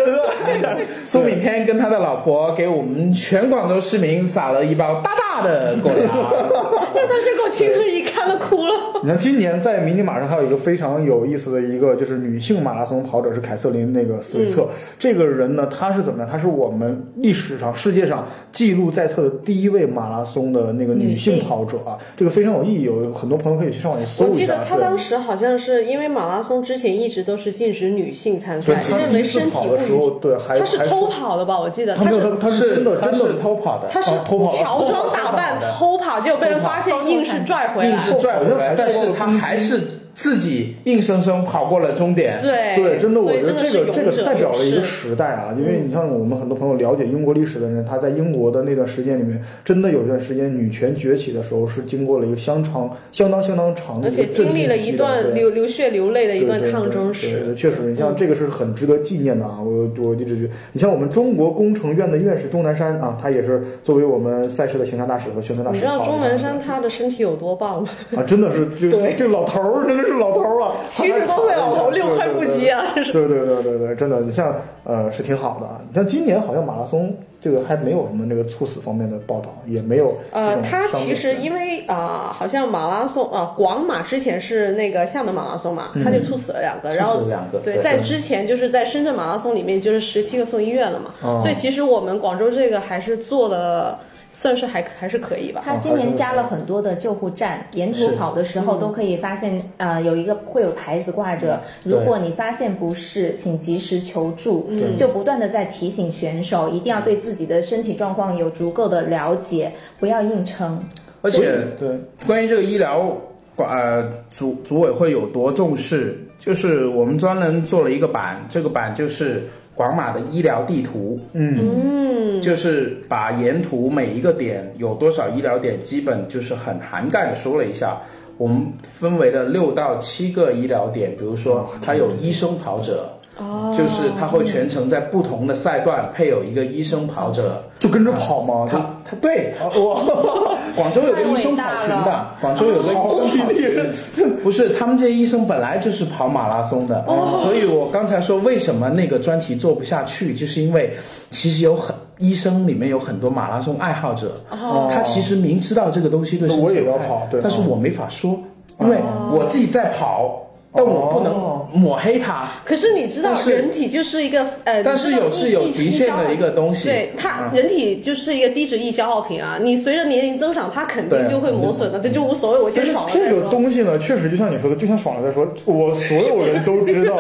Speaker 4: 苏炳添跟他的老婆给我们全广州市民撒了一包大大的狗粮。
Speaker 2: 让他这口亲哥一看了哭了。
Speaker 1: 你看，今年在迷你马上还有一个非常有意思的一个，就是女性马拉松跑者是凯瑟琳那个斯维
Speaker 2: 嗯
Speaker 1: 策。这个人呢，她是怎么样？她是我们历史上、世界上记录在册的第一位马拉松的那个女性跑者啊，这个非常有意义。有很多朋友可以去上网去搜
Speaker 2: 我
Speaker 1: 一下。
Speaker 2: 记得他
Speaker 1: 对
Speaker 2: 当时好像是因为马拉松之前一直都是禁止女性参
Speaker 1: 对
Speaker 2: 赛，
Speaker 1: 他
Speaker 2: 因
Speaker 1: 第
Speaker 2: 为
Speaker 1: 一次
Speaker 2: 身体
Speaker 1: 跑
Speaker 2: 不
Speaker 1: 的时
Speaker 2: 允
Speaker 1: 候
Speaker 2: 许。，
Speaker 1: 对，还
Speaker 2: 他是
Speaker 1: 还
Speaker 2: 偷跑的吧？我记得
Speaker 1: 他没 有，他他
Speaker 4: 是
Speaker 1: 真的
Speaker 4: 他
Speaker 1: 真
Speaker 4: 是
Speaker 1: 的
Speaker 4: 偷跑的哦
Speaker 2: 他是
Speaker 1: 啊偷跑了
Speaker 2: 乔装打扮偷跑，结果被人发现，硬是拽回
Speaker 4: 硬
Speaker 2: 来。
Speaker 4: 是拽回来，
Speaker 1: 好像还
Speaker 4: 但
Speaker 1: 受到
Speaker 4: 是
Speaker 1: 了
Speaker 4: 他
Speaker 1: 攻击
Speaker 4: 还是自己硬生生跑过了终点。
Speaker 2: 对
Speaker 1: 对，真的，我
Speaker 2: 哎所以
Speaker 1: 觉得
Speaker 2: 真的
Speaker 1: 这个这个
Speaker 2: 是勇者
Speaker 1: 代表了一
Speaker 2: 勇
Speaker 1: 个
Speaker 2: 士
Speaker 1: 时代啊，因为你像我们很多朋友了解英国历史的人，他在英国的那段时间里面，真的有一段时间女权崛起的时候，是经过了一个相长、相当相当长的
Speaker 2: 而
Speaker 1: 一个
Speaker 2: 且经历了一
Speaker 1: 阵
Speaker 2: 段
Speaker 1: 痛期的
Speaker 2: 流流血流泪的
Speaker 1: 对
Speaker 2: 一段
Speaker 1: 对对
Speaker 2: 抗争
Speaker 1: 对
Speaker 2: 史嗯
Speaker 1: 对，确实，你像这个是很值得纪念的啊！我我一直觉得，你像我们中国工程院的院士钟南山啊，他也是作为我们赛事的形象大使和宣传大使。
Speaker 2: 你知道
Speaker 1: 跑了
Speaker 2: 钟
Speaker 1: 一下
Speaker 2: 南山他的身体有多 棒吗？
Speaker 1: 啊，真的是这个这个老头儿，真的是老头儿啊，
Speaker 2: 七十多岁老头，六块腹肌啊！这是
Speaker 1: 对对对对对，真的，你像呃是挺好的啊。你像今年好像马拉松这个还没有什么这个猝死方面的报道，也没有这
Speaker 2: 呃，
Speaker 1: 种
Speaker 2: 他
Speaker 1: 伤
Speaker 2: 其
Speaker 1: 病
Speaker 2: 实因为啊、呃好像马拉松啊、呃广马之前是那个厦门马拉松嘛，他
Speaker 1: 嗯
Speaker 2: 就猝死了两个，
Speaker 4: 猝
Speaker 2: 然后
Speaker 4: 死了两个
Speaker 2: 对，
Speaker 4: 对
Speaker 2: 在之前就是在深圳马拉松里面就是十七个送医院了嘛，
Speaker 1: 哦
Speaker 2: 所以其实我们广州这个还是做的算是还还是可以吧。
Speaker 3: 他今
Speaker 1: 哦
Speaker 3: 年加了很多的救护站，沿途
Speaker 4: 是
Speaker 3: 跑的时候
Speaker 1: 嗯
Speaker 3: 都可以发现，呃，有一个会有牌子挂着，
Speaker 1: 嗯
Speaker 4: 对
Speaker 3: 如果你发现不适，请及时求助，就不断的在提醒选手，一定要对自己的身体状况有足够的了解，不要硬撑。
Speaker 4: 而且
Speaker 1: 对
Speaker 4: 关于这个医疗，呃，组组委会有多重视，就是我们专门做了一个版，这个版就是广马的医疗地图，嗯，就是把沿途每一个点有多少医疗点，基本就是很涵盖的说了一下。我们分为了六到七个医疗点，比如说它有医生跑者，哦，就是他会全程在不同的赛段配有一个医生跑者，
Speaker 1: 就跟着跑嘛，就
Speaker 4: 他他对
Speaker 1: 啊哇，
Speaker 4: 广州有个医生跑
Speaker 3: 太
Speaker 4: 群
Speaker 3: 伟大
Speaker 4: 的
Speaker 3: 了，
Speaker 4: 广州有个医生跑群， 不是他们这些医生本来就是跑马拉松的，
Speaker 3: 哦
Speaker 4: 所以我刚才说为什么那个专题做不下去，就是因为其实有很医生里面有很多马拉松爱好者，
Speaker 3: 哦
Speaker 4: 他其实明知道这个东西对身体
Speaker 1: 我也要
Speaker 4: 有害
Speaker 1: 跑对
Speaker 4: 但是我没法说，因为
Speaker 3: 哦
Speaker 4: 我自己在跑，但我不
Speaker 1: 哦
Speaker 4: 能抹黑他。
Speaker 2: 可是你知道
Speaker 4: 但，是
Speaker 2: 人体就是一个呃，
Speaker 4: 但是
Speaker 2: 你知道
Speaker 4: 有是有
Speaker 2: 一
Speaker 4: 极限的一个东西
Speaker 2: 对它，人体就是一个低脂易消耗品啊。你随着年龄增长，它肯定
Speaker 4: 对
Speaker 2: 就会磨损的，这就无所谓，我先爽了再
Speaker 1: 这个
Speaker 2: 说。
Speaker 1: 东西呢，确实就像你说的，就像爽了再说，我所有人都知 道，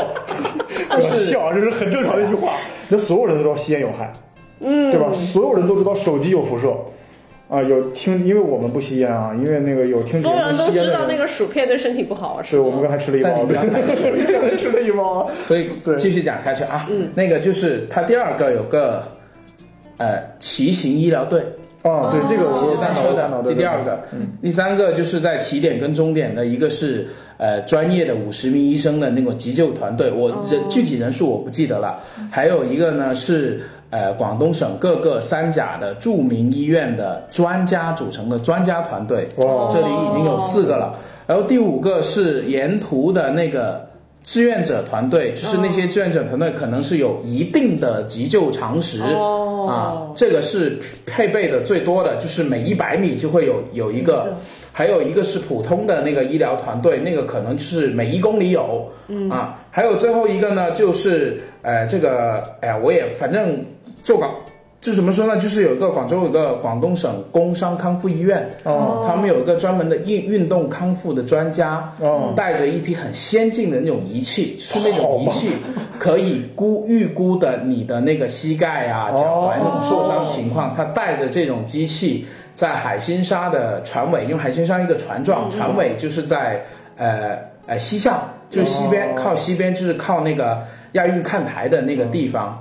Speaker 1: 我笑，啊这是很正常的一句话。那所有人都知道吸烟有害，嗯，对吧？所有人都知道手机有辐射，啊，有听，因为我们不吸烟啊，因为那个有听节
Speaker 2: 所
Speaker 1: 目
Speaker 2: 有人都
Speaker 1: 吸烟
Speaker 2: 知
Speaker 1: 的
Speaker 2: 道那个薯片对身体不好啊，是
Speaker 1: 对，
Speaker 2: 吗
Speaker 1: 我们刚才吃了一
Speaker 4: 但
Speaker 1: 包，
Speaker 4: 你不
Speaker 1: 对
Speaker 4: 要太
Speaker 1: 刚才吃了一包。啊
Speaker 4: 所以
Speaker 1: 对
Speaker 4: 继续讲下去啊。那个就是它第二个有个呃骑行医疗队，
Speaker 2: 哦
Speaker 1: 啊，对，这个
Speaker 4: 骑
Speaker 1: 我
Speaker 4: 蛋
Speaker 1: 说
Speaker 4: 的，这第二个，
Speaker 1: 嗯
Speaker 2: 嗯
Speaker 4: 第三个就是在起点跟终点的一个是呃专业的五十名医生的那种急救团队，我人具体人数我不记得了，还有一个呢是。呃，广东省各个三甲的著名医院的专家组成的专家团队，
Speaker 1: 哇
Speaker 4: 这里已经有四个了。然后第五个是沿途的那个志愿者团队，就是那些志愿者团队可能是有一定的急救常识、
Speaker 2: 哦
Speaker 4: 啊，这个是配备的最多的，就是每一百米就会有有一个，还有一个是普通的那个医疗团队，那个可能是每一公里有，嗯啊，还有最后一个呢，就是呃这个，哎、我也反正做广。就怎么说呢？就是有一个广州有一个广东省工伤康复医院，
Speaker 1: 哦
Speaker 4: 他们有一个专门的运运动康复的专家，
Speaker 1: 哦
Speaker 4: 带着一批很先进的那种仪器，就是那种仪器可以估预估的你的那个膝盖啊、
Speaker 1: 哦
Speaker 4: 脚踝那种受伤情况，他带着这种机器在海心沙的船尾，因为海心沙一个船状，船尾就是在呃呃西向，就是西边、
Speaker 1: 哦
Speaker 4: 靠西边就是靠那个亚运看台的那个地方。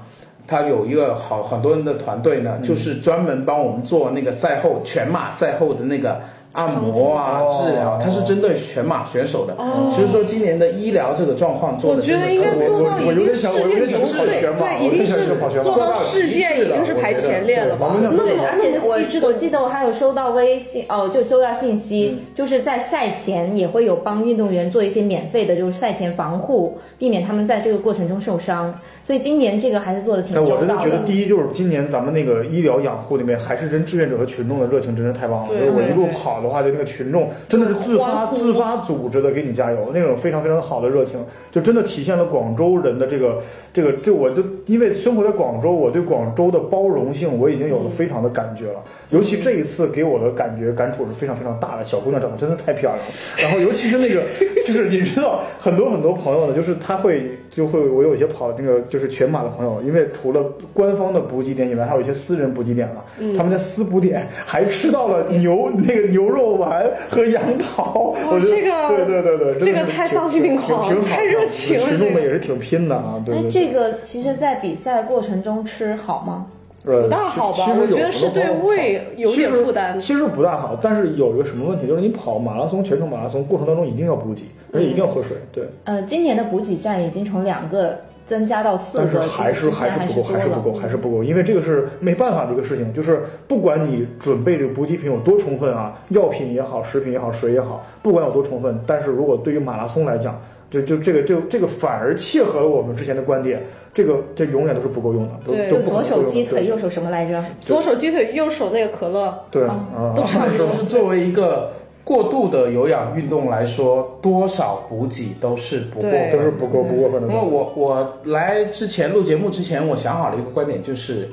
Speaker 4: 他有一个好很多人的团队
Speaker 1: 嗯
Speaker 4: 呢，就是专门帮我们做那个赛后全马赛后的那个按摩啊、
Speaker 1: 哦
Speaker 4: 治疗，它是针对全马选手的。所以说今年的医疗这个状况啊做
Speaker 2: 我
Speaker 4: 的
Speaker 2: 觉
Speaker 4: 真
Speaker 2: 得
Speaker 4: 的
Speaker 2: 应该
Speaker 4: 特别
Speaker 2: 做到
Speaker 1: 我
Speaker 2: 已
Speaker 1: 我有
Speaker 2: 经
Speaker 1: 点
Speaker 2: 世
Speaker 1: 想我有
Speaker 2: 界
Speaker 1: 点
Speaker 2: 极
Speaker 1: 想
Speaker 2: 致，
Speaker 1: 跑全马
Speaker 2: 对，
Speaker 1: 我
Speaker 2: 一定
Speaker 1: 有点
Speaker 2: 是
Speaker 1: 想跑全马
Speaker 2: 做到世界已经是排前列了吧
Speaker 1: 我？觉得
Speaker 2: 那
Speaker 1: 对
Speaker 2: 么
Speaker 3: 而且
Speaker 2: 那么
Speaker 3: 我
Speaker 2: 细致
Speaker 3: 我
Speaker 2: 的
Speaker 3: 记得我还有收到微信哦，就收到信息，就是在赛前也会有帮运动员做一些免费的，就是赛前防护，避免他们在这个过程中受伤。所以今年这个还是做的挺
Speaker 1: 但
Speaker 3: 周
Speaker 1: 哎我真的
Speaker 3: 到
Speaker 1: 觉得，
Speaker 3: 的。
Speaker 1: 第一就是今年咱们那个医疗养护那边，还是真志愿者和群众的热情真是太棒了。
Speaker 2: 对
Speaker 1: 就是我一路
Speaker 2: 对对
Speaker 1: 跑的话，就那个群众真的是自
Speaker 2: 欢
Speaker 1: 发
Speaker 2: 呼
Speaker 1: 自发组织的给你加油，那种非常非常好的热情，就真的体现了广州人的这个这个这我就因为生活在广州，我对广州的包容性我已经有了非常的感觉了。尤其这一次给我的感觉感触是非常非常大的，小姑娘长得真的太漂亮了。然后尤其是那个就是你知道很多很多朋友呢，就是他会就会我有一些跑那个就是全马的朋友，因为除了官方的补给点以外，还有一些私人补给点了。他们在私补点还吃到了牛那个牛肉丸和杨桃，
Speaker 2: 哇
Speaker 1: 我觉得
Speaker 2: 哦这个
Speaker 1: 对对对对，真的
Speaker 2: 这个
Speaker 1: 是
Speaker 2: 太
Speaker 1: 挺
Speaker 2: 丧心病狂
Speaker 1: 挺挺好的
Speaker 2: 太热情了
Speaker 1: 群众
Speaker 2: 这
Speaker 1: 们
Speaker 2: 个
Speaker 1: 也是挺拼的啊，对
Speaker 3: 哎
Speaker 1: 对，对。
Speaker 3: 这个其实，在比赛过程中吃好吗？
Speaker 1: 呃，
Speaker 2: 不大好吧
Speaker 1: 其实
Speaker 2: 我
Speaker 1: 有
Speaker 2: 觉得
Speaker 1: 很多
Speaker 2: 是对
Speaker 1: 朋友
Speaker 2: 胃
Speaker 1: 跑
Speaker 2: 有点
Speaker 1: 其实
Speaker 2: 负担
Speaker 1: 其实不大好，但是有一个什么问题，就是你跑马拉松全程马拉松过程当中一定要补给，而且一定要喝水，对。
Speaker 3: 呃，今年的补给站已经从两个增加到四
Speaker 1: 但是
Speaker 3: 个，
Speaker 1: 还
Speaker 3: 其实
Speaker 1: 是
Speaker 3: 之前
Speaker 1: 还
Speaker 3: 还
Speaker 1: 是不够，还是不
Speaker 3: 多
Speaker 1: 够，
Speaker 3: 了嗯
Speaker 1: 还是不够，因为这个是没办法的一个事情，就是不管你准备这个补给品有多充分啊，药品也好，食品也好，水也好，不管有多充分，但是如果对于马拉松来讲，就就这个这个这个反而切合了我们之前的观点，这个这永远都是不够用的，都
Speaker 2: 对
Speaker 1: 都
Speaker 3: 就
Speaker 1: 不可能
Speaker 3: 左
Speaker 1: 够
Speaker 3: 手
Speaker 1: 用
Speaker 3: 鸡
Speaker 1: 的
Speaker 3: 腿，右手什么来着？
Speaker 2: 左手鸡腿，右手那个可乐，
Speaker 1: 对对啊，
Speaker 2: 都差不多
Speaker 4: 就是作为一个过度的有氧运动来说，多少补给都是不过
Speaker 2: 对
Speaker 1: 都是不过不过分
Speaker 3: 嗯
Speaker 1: 的
Speaker 4: 因为。我我来之前录节目之前，我想好了一个观点，就是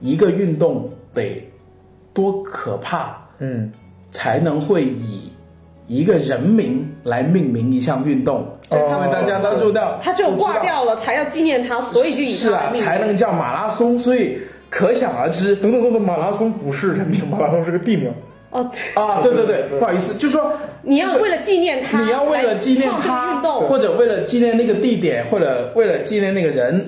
Speaker 4: 一个运动得多可怕，
Speaker 1: 嗯，
Speaker 4: 才能会以一个人名来命名一项运动，
Speaker 1: 对
Speaker 4: 因为大家都知道，
Speaker 2: 他只有
Speaker 4: 都知道
Speaker 2: 挂掉了才要纪念他，所以就以
Speaker 4: 是
Speaker 2: 他
Speaker 4: 啊
Speaker 2: 为，命名
Speaker 4: 才能叫马拉松，所以可想而知，
Speaker 1: 等等等等，马拉松不是人名，马拉松是个地名。
Speaker 2: 哦。对
Speaker 4: 啊，对对对，不好意思，就说
Speaker 2: 你要为了纪念他，
Speaker 4: 你要为了纪念
Speaker 2: 来创这个
Speaker 4: 他
Speaker 2: 运，动，
Speaker 4: 或者为了纪念那个地点，或者为了纪念那个人，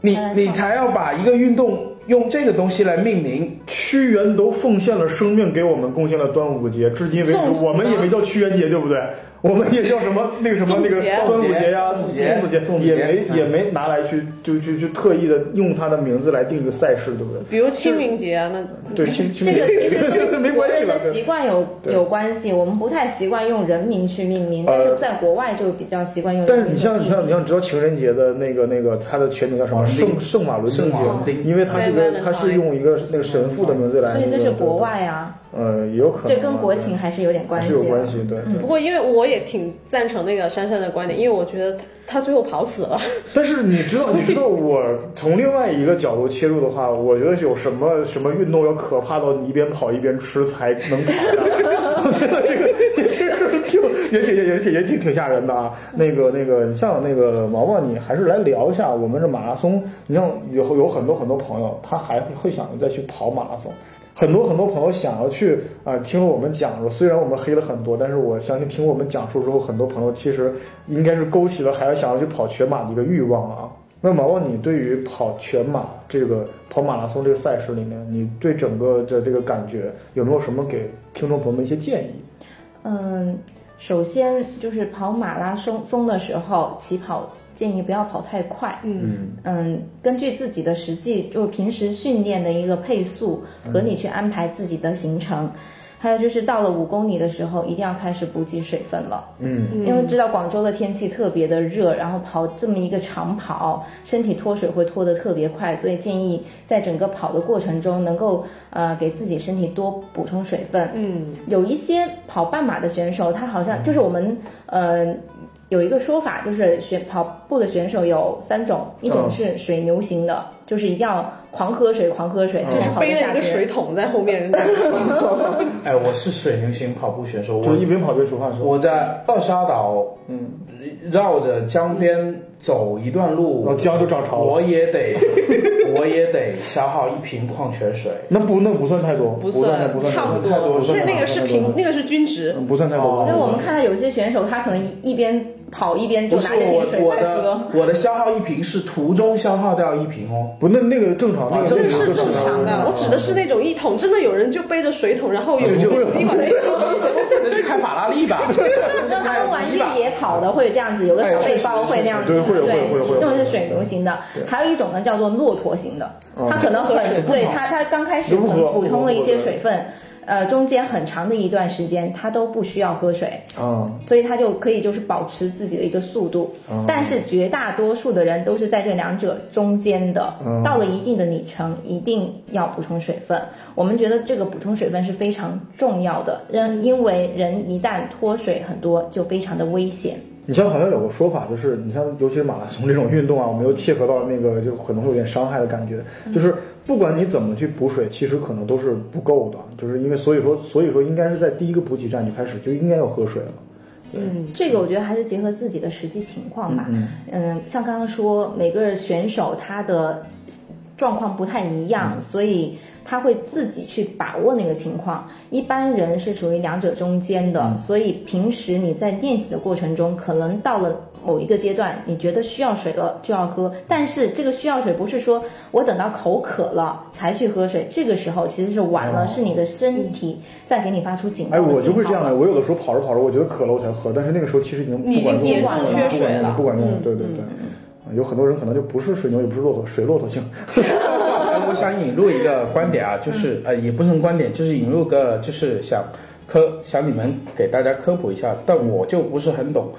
Speaker 4: 你
Speaker 3: 才能
Speaker 4: 你
Speaker 3: 创
Speaker 4: 才要把一个运动用这个东西来命名。
Speaker 1: 屈原都奉献了生命给我们，贡献了端午节，至今为
Speaker 2: 粽子
Speaker 1: 止我们也没叫屈原节，对不对？ 我们也叫什么那个什么
Speaker 2: 粽
Speaker 1: 那
Speaker 2: 子
Speaker 1: 个
Speaker 2: 节
Speaker 1: 端午节呀、
Speaker 4: 粽子节
Speaker 1: 粽子节
Speaker 4: 粽子节
Speaker 1: 也没
Speaker 4: 嗯
Speaker 1: 也没拿来去就去去特意的用他的名字来定一个赛事，对不对？
Speaker 2: 比如清明节啊那
Speaker 1: 对，其实
Speaker 3: 嗯这个其实跟
Speaker 1: 没
Speaker 3: 国
Speaker 1: 关系
Speaker 3: 内
Speaker 1: 了
Speaker 3: 的。
Speaker 1: 对
Speaker 3: 习惯有
Speaker 1: 对
Speaker 3: 有关系，我们不太习惯用人名去命名，但
Speaker 1: 呃
Speaker 3: 是在国外就比较习惯用
Speaker 1: 但是
Speaker 3: 人
Speaker 1: 你
Speaker 3: 名去
Speaker 1: 像
Speaker 3: 命
Speaker 1: 你像你
Speaker 3: 名。
Speaker 1: 像，知道情人节的那个那个，它的全名叫什么？
Speaker 4: 马伦
Speaker 1: 圣
Speaker 4: 丁
Speaker 1: 圣马伦
Speaker 4: 圣马
Speaker 1: 丁
Speaker 4: 伦
Speaker 1: 节，
Speaker 4: 丁
Speaker 1: 因为它是一
Speaker 2: 对
Speaker 1: 个
Speaker 2: ，Valentine
Speaker 1: 它是用一个那个神父的名字来，
Speaker 3: 所以这
Speaker 1: 那
Speaker 3: 是
Speaker 1: 个
Speaker 3: 国，外啊，
Speaker 1: 对呃，也有可能
Speaker 3: 这跟国情
Speaker 1: 对
Speaker 3: 还是有点关
Speaker 1: 还
Speaker 3: 系啊
Speaker 1: 是
Speaker 3: 的。
Speaker 1: 有关系，对。对
Speaker 2: 不过，因为我也挺赞成那个珊珊的观点，因为我觉得他最后跑死了。
Speaker 1: 但是你知道，你知道我从另外一个角度切入的话，我觉得有什么什么运动要可怕到你一边跑一边吃才能跑下来？我觉得这个也是挺也挺也挺也挺挺吓人的啊。那个那个，你像那个毛毛，你还是来聊一下我们这马拉松。你像有有很多很多朋友，他还会想着再去跑马拉松。很多很多朋友想要去啊、听了我们讲了，虽然我们黑了很多，但是我相信听我们讲述之后，很多朋友其实应该是勾起了还要想要去跑全马的一个欲望啊。那毛毛，你对于跑全马这个跑马拉松这个赛事里面，你对整个的这个感觉有没有什么给听众朋友们一些建议？
Speaker 3: 嗯，首先就是跑马拉松松的时候，起跑建议不要跑太快。
Speaker 2: 嗯，
Speaker 3: 嗯，根据自己的
Speaker 1: 嗯
Speaker 3: 实际，就是平时训练的一个配速，和你去安排自己的行程。还有就是到了五公里的时候，一定要开始补给水分了。
Speaker 1: 嗯，
Speaker 3: 因为知道广州的天气特别的热，然后跑这么一个长跑，身体脱水会脱得特别快，所以建议在整个跑的过程中能够呃给自己身体多补充水分。
Speaker 2: 嗯，
Speaker 3: 有一些跑半马的选手，他好像就是我们呃有一个说法，就是选跑步的选手有三种，一种
Speaker 1: 嗯
Speaker 3: 是水牛型的，就是一定要狂喝水，狂喝水，
Speaker 1: 嗯
Speaker 3: 才能跑得
Speaker 2: 背了
Speaker 3: 下
Speaker 2: 一个
Speaker 3: 去
Speaker 2: 水桶在后面，
Speaker 4: 哎，我是水牛型跑步选手，
Speaker 1: 就
Speaker 4: 我
Speaker 1: 一边跑边说话是吧？
Speaker 4: 我在二沙岛，
Speaker 1: 嗯，
Speaker 4: 绕着江边走一段路，
Speaker 1: 然后江就涨潮了，
Speaker 4: 我也得， 我也得消耗一瓶矿泉水。
Speaker 1: 那不那不算太多，
Speaker 2: 不
Speaker 4: 算
Speaker 2: 算
Speaker 1: 不，算
Speaker 2: 差不
Speaker 4: 太多
Speaker 2: 多。
Speaker 4: 不算
Speaker 2: 那那
Speaker 1: 太
Speaker 2: 个是
Speaker 1: 多
Speaker 2: 平，那个是均值。
Speaker 1: 嗯不算太多。
Speaker 4: 哦
Speaker 3: 但我们看到有些选手，他可能一一边跑一边就
Speaker 4: 不
Speaker 3: 拿
Speaker 4: 是
Speaker 3: 着一
Speaker 4: 我
Speaker 3: 瓶水
Speaker 4: 我
Speaker 3: 在喝。
Speaker 4: 的我的消耗一瓶是途中消耗掉一瓶哦，
Speaker 1: 不，那那个正常，那
Speaker 4: 啊
Speaker 1: 个
Speaker 4: 这
Speaker 2: 这
Speaker 4: 个
Speaker 2: 个是正常
Speaker 4: 嗯
Speaker 2: 的，我指的是那种一桶，真的有人就背着水桶，然后有
Speaker 4: 就就
Speaker 2: 吸管，
Speaker 4: 那是开法拉利吧？
Speaker 3: 那他们玩越野跑的会有这样子，有
Speaker 1: 哎
Speaker 3: 个小背包会那样子，
Speaker 1: 对会有会有会有会有
Speaker 3: 那种是水牛型的，还有一种呢叫做骆驼型的，
Speaker 1: 哦
Speaker 3: 它可能
Speaker 4: 喝水
Speaker 3: 很
Speaker 4: 不好
Speaker 3: 对它它刚开始
Speaker 1: 如
Speaker 3: 可
Speaker 1: 何
Speaker 3: 能补充了一些
Speaker 1: 如何
Speaker 3: 水分，呃，中间很长的一段时间它都不需要喝水。
Speaker 1: 啊，
Speaker 3: 所以它就可以就是保持自己的一个速度，但是绝大多数的人都是在这两者中间的。
Speaker 1: 嗯
Speaker 3: 到了一定的里程，一定要补充水分。我们觉得这个补充水分是非常重要的，人因为人一旦脱水很多，就非常的危险。
Speaker 1: 你像好像有个说法，就是你像尤其是马拉松这种运动啊，我们又切合到那个就可能会有点伤害的感觉，就是不管你怎么去补水，其实可能都是不够的，就是因为所以说所以说应该是在第一个补给站就开始就应该要喝水了。
Speaker 3: 嗯
Speaker 1: 嗯
Speaker 3: 这个我觉得还是结合自己的实际情况吧。嗯像刚刚说，每个选手他的状况不太一样，
Speaker 1: 嗯
Speaker 3: 所以他会自己去把握那个情况。一般人是处于两者中间
Speaker 1: 嗯
Speaker 3: 的，所以平时你在练习的过程中，可能到了。某一个阶段，你觉得需要水了就要喝，但是这个需要水不是说我等到口渴了才去喝水，这个时候其实是晚了，是你的身体在给你发出警告
Speaker 1: 哦哎，
Speaker 3: 的信号了。
Speaker 1: 我就会这样的，我有的时候跑着跑着，我觉得渴了我才喝，但是那个时候其实已经
Speaker 2: 你
Speaker 1: 不
Speaker 2: 已
Speaker 1: 管
Speaker 2: 经
Speaker 1: 用了，不管
Speaker 2: 接管了缺
Speaker 1: 用
Speaker 2: 水
Speaker 1: 了，
Speaker 2: 了嗯
Speaker 1: 不管用了，对对对。啊有很多人可能就不是水牛，也不是骆驼，水骆驼性。
Speaker 4: 哎我想引入一个观点啊，
Speaker 2: 嗯
Speaker 4: 就是呃，也不是观点，就是引入个就是想科想你们给大家科普一下，但我就不是很懂。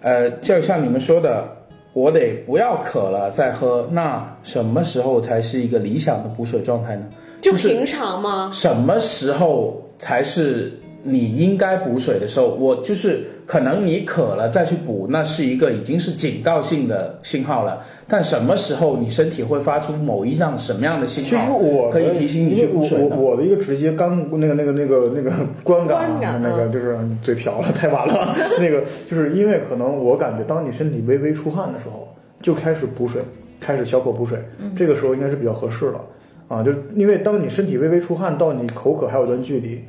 Speaker 4: 呃，就像你们说的，我得不要渴了再喝，那什么时候才是一个理想的补水状态呢？
Speaker 2: 就是平常吗？
Speaker 4: 什么时候才是你应该补水的时候？我就是可能你渴了再去补，那是一个已经是警告性的信号了。但什么时候你身体会发出某一样什么样的信
Speaker 1: 其 实
Speaker 4: 号，
Speaker 1: 我
Speaker 4: 可以提醒你
Speaker 1: 因
Speaker 4: 去
Speaker 1: 为
Speaker 4: 补
Speaker 1: 我
Speaker 4: 水呢？
Speaker 1: 我我的一个直接干那个那个那个那个 观感啊，
Speaker 2: 观感嗯
Speaker 1: 那个就是嘴瓢了，太晚 了。那个就是因为可能我感觉，当你身体微微出汗的时候，就开始补水，开始小口补水，
Speaker 2: 嗯
Speaker 1: 这个时候应该是比较合适了啊。就是因为当你身体微微出汗到你口渴还有段距离。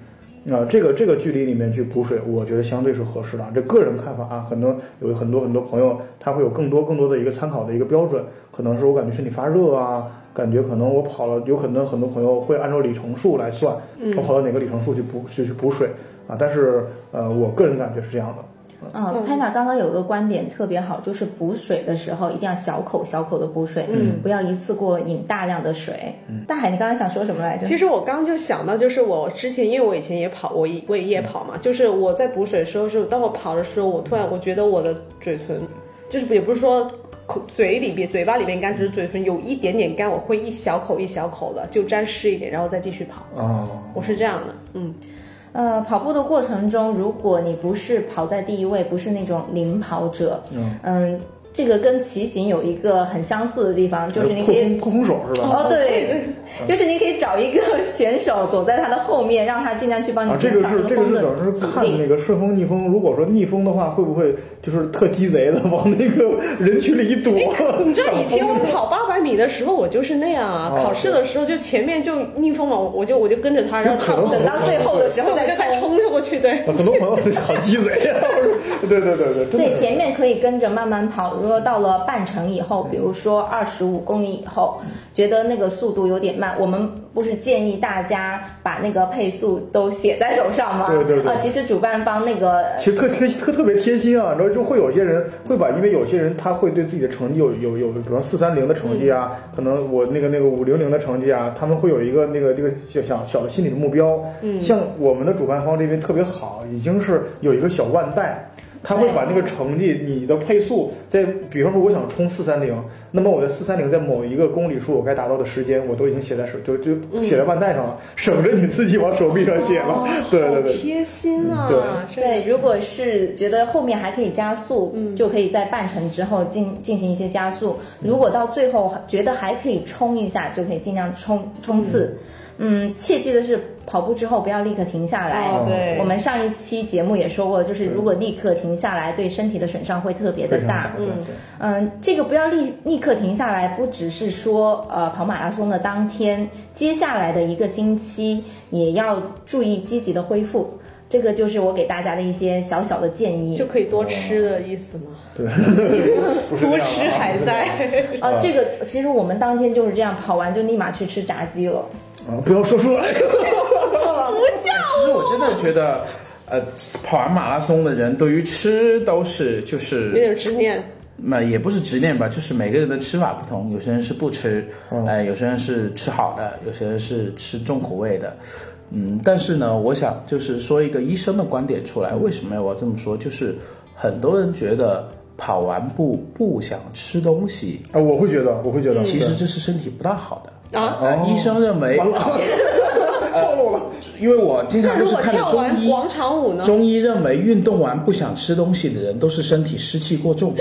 Speaker 1: 啊，这个这个距离里面去补水，我觉得相对是合适的啊。这个人看法啊，很多有很多很多朋友，他会有更多更多的一个参考的一个标准，可能是我感觉身体发热啊，感觉可能我跑了，有可能很多朋友会按照里程数来算，
Speaker 3: 嗯
Speaker 1: 我跑到哪个里程数去补去去补水啊。但是呃，我个人感觉是这样的，
Speaker 3: 嗯，潘娜刚刚有个观点特别好，就是补水的时候一定要小口小口的补水，嗯，不要一次过饮大量的水。
Speaker 1: 嗯
Speaker 3: 大海，你刚刚想说什么来着？
Speaker 2: 其实我刚就想到，就是我之前，因为我以前也跑，我也我也夜跑
Speaker 1: 嗯
Speaker 2: 嘛，就是我在补水的时候是，当我跑的时候，我突然我觉得我的嘴唇，就是也不是说口嘴里边嘴巴里边干，只是嘴唇有一点点干，我会一小口一小口的就沾湿一点，然后再继续跑，
Speaker 1: 啊，
Speaker 2: 我是这样的，嗯，
Speaker 3: 呃，跑步的过程中，如果你不是跑在第一位，不是那种领跑者，嗯这个跟骑行有一个很相似的地方，就是你可
Speaker 1: 破
Speaker 3: 以
Speaker 1: 风破呃风手是吧？
Speaker 3: 哦，对，
Speaker 1: 嗯
Speaker 3: 就是你可以找一个选手躲在他的后面，让他尽量去帮你
Speaker 1: 啊，这
Speaker 3: 减
Speaker 1: 个
Speaker 3: 少
Speaker 1: 是这个
Speaker 3: 风
Speaker 1: 是
Speaker 3: 的
Speaker 1: 等于是
Speaker 3: 阻
Speaker 1: 看
Speaker 3: 力。
Speaker 1: 那个顺风逆风。如果说逆风的话，会不会就是特鸡贼的往那个人群里一躲？
Speaker 3: 哎
Speaker 2: 你 知道以前我跑八百米的时候，我就是那样啊，
Speaker 1: 嗯哦
Speaker 2: 考试的时候就前面就逆风嘛，我我就我就跟着他，然后差不多
Speaker 1: 就可
Speaker 3: 等
Speaker 1: 能
Speaker 3: 到最后的时
Speaker 2: 然后
Speaker 3: 候
Speaker 2: 我就
Speaker 3: 再
Speaker 2: 再
Speaker 3: 冲。
Speaker 2: 冲 过去，对。
Speaker 1: 很多朋友好鸡贼啊！我说对对对对，真
Speaker 3: 对，
Speaker 1: 的是。
Speaker 3: 前面可以跟着慢慢跑，说到了半程以
Speaker 1: 嗯
Speaker 3: 后，比如说二十五公里以后，觉得那个速度有点慢，我们不是建议大家把那个配速都写在手上吗？
Speaker 1: 对对对
Speaker 3: 啊，其实主办方那个
Speaker 1: 其实特贴特特别贴心啊，然后就会有些人会把，因为有些人他会对自己的成绩有有有，比方四三零的成绩啊，
Speaker 3: 嗯
Speaker 1: 可能我那个那个五零零的成绩啊，他们会有一个那个这个小小小的心理的目标。嗯，像我们的主办方这边特别好，已经是有一个小腕带。他会把那个成绩，你的配速在，比方说我想冲四三零，那么我的四三零在某一个公里数我该达到的时间，我都已经写在手，就就
Speaker 3: 嗯
Speaker 1: 写在腕带上了，省着你自己往手臂上写
Speaker 3: 哦
Speaker 1: 了。对对对，
Speaker 2: 贴心啊
Speaker 1: 嗯！
Speaker 2: 这
Speaker 3: 对，如果是觉得后面还可以加速，就可以在半程之后进进行一些加速。如果到最后觉得还可以冲一下，就可以尽量冲冲刺。嗯，切记的是跑步之后不要立刻停下来。
Speaker 2: 哦对
Speaker 3: 我们上一期节目也说过，就是如果立刻停下来，对身体的损伤会特别的
Speaker 1: 非常
Speaker 3: 大
Speaker 1: 好。。对对
Speaker 3: 嗯，这个不要立立刻停下来，不只是说呃跑马拉松的当天，接下来的一个星期也要注意积极的恢复。这个就是我给大家的一些小小的建议
Speaker 2: 就。可以多吃的意思吗？
Speaker 1: 不是这
Speaker 2: 多
Speaker 1: 样的啊
Speaker 2: 吃还在，
Speaker 4: 啊
Speaker 3: 呃，这个其实我们当天就是这样跑完就立马去吃炸鸡了。
Speaker 1: 啊，不要说出来。
Speaker 4: 其实我真的觉得，呃，跑完马拉松的人对于吃都是就
Speaker 2: 有
Speaker 4: 是，
Speaker 2: 点执念。
Speaker 4: 那也不是执念吧，就是每个人的吃法不同，有些人是不吃，
Speaker 1: 嗯
Speaker 4: 呃，有些人是吃好的，有些人是吃重口味的。嗯，但是呢，我想就是说一个医生的观点出来，为什么我要这么说？就是很多人觉得跑完步不想吃东西，
Speaker 1: 啊，我会觉得，我会觉得，哦
Speaker 4: 其实这是身体不大好的。
Speaker 2: 啊
Speaker 4: 呃医生认为
Speaker 1: 对完， 了， 暴露了。
Speaker 4: 因为我经常
Speaker 2: 那
Speaker 4: 就
Speaker 2: 如
Speaker 4: 是
Speaker 2: 果
Speaker 4: 看着
Speaker 2: 跳
Speaker 4: 中
Speaker 2: 完
Speaker 4: 医，
Speaker 2: 广场舞呢？
Speaker 4: 中医认为运动完不想吃东西的人都是身体湿气过 重，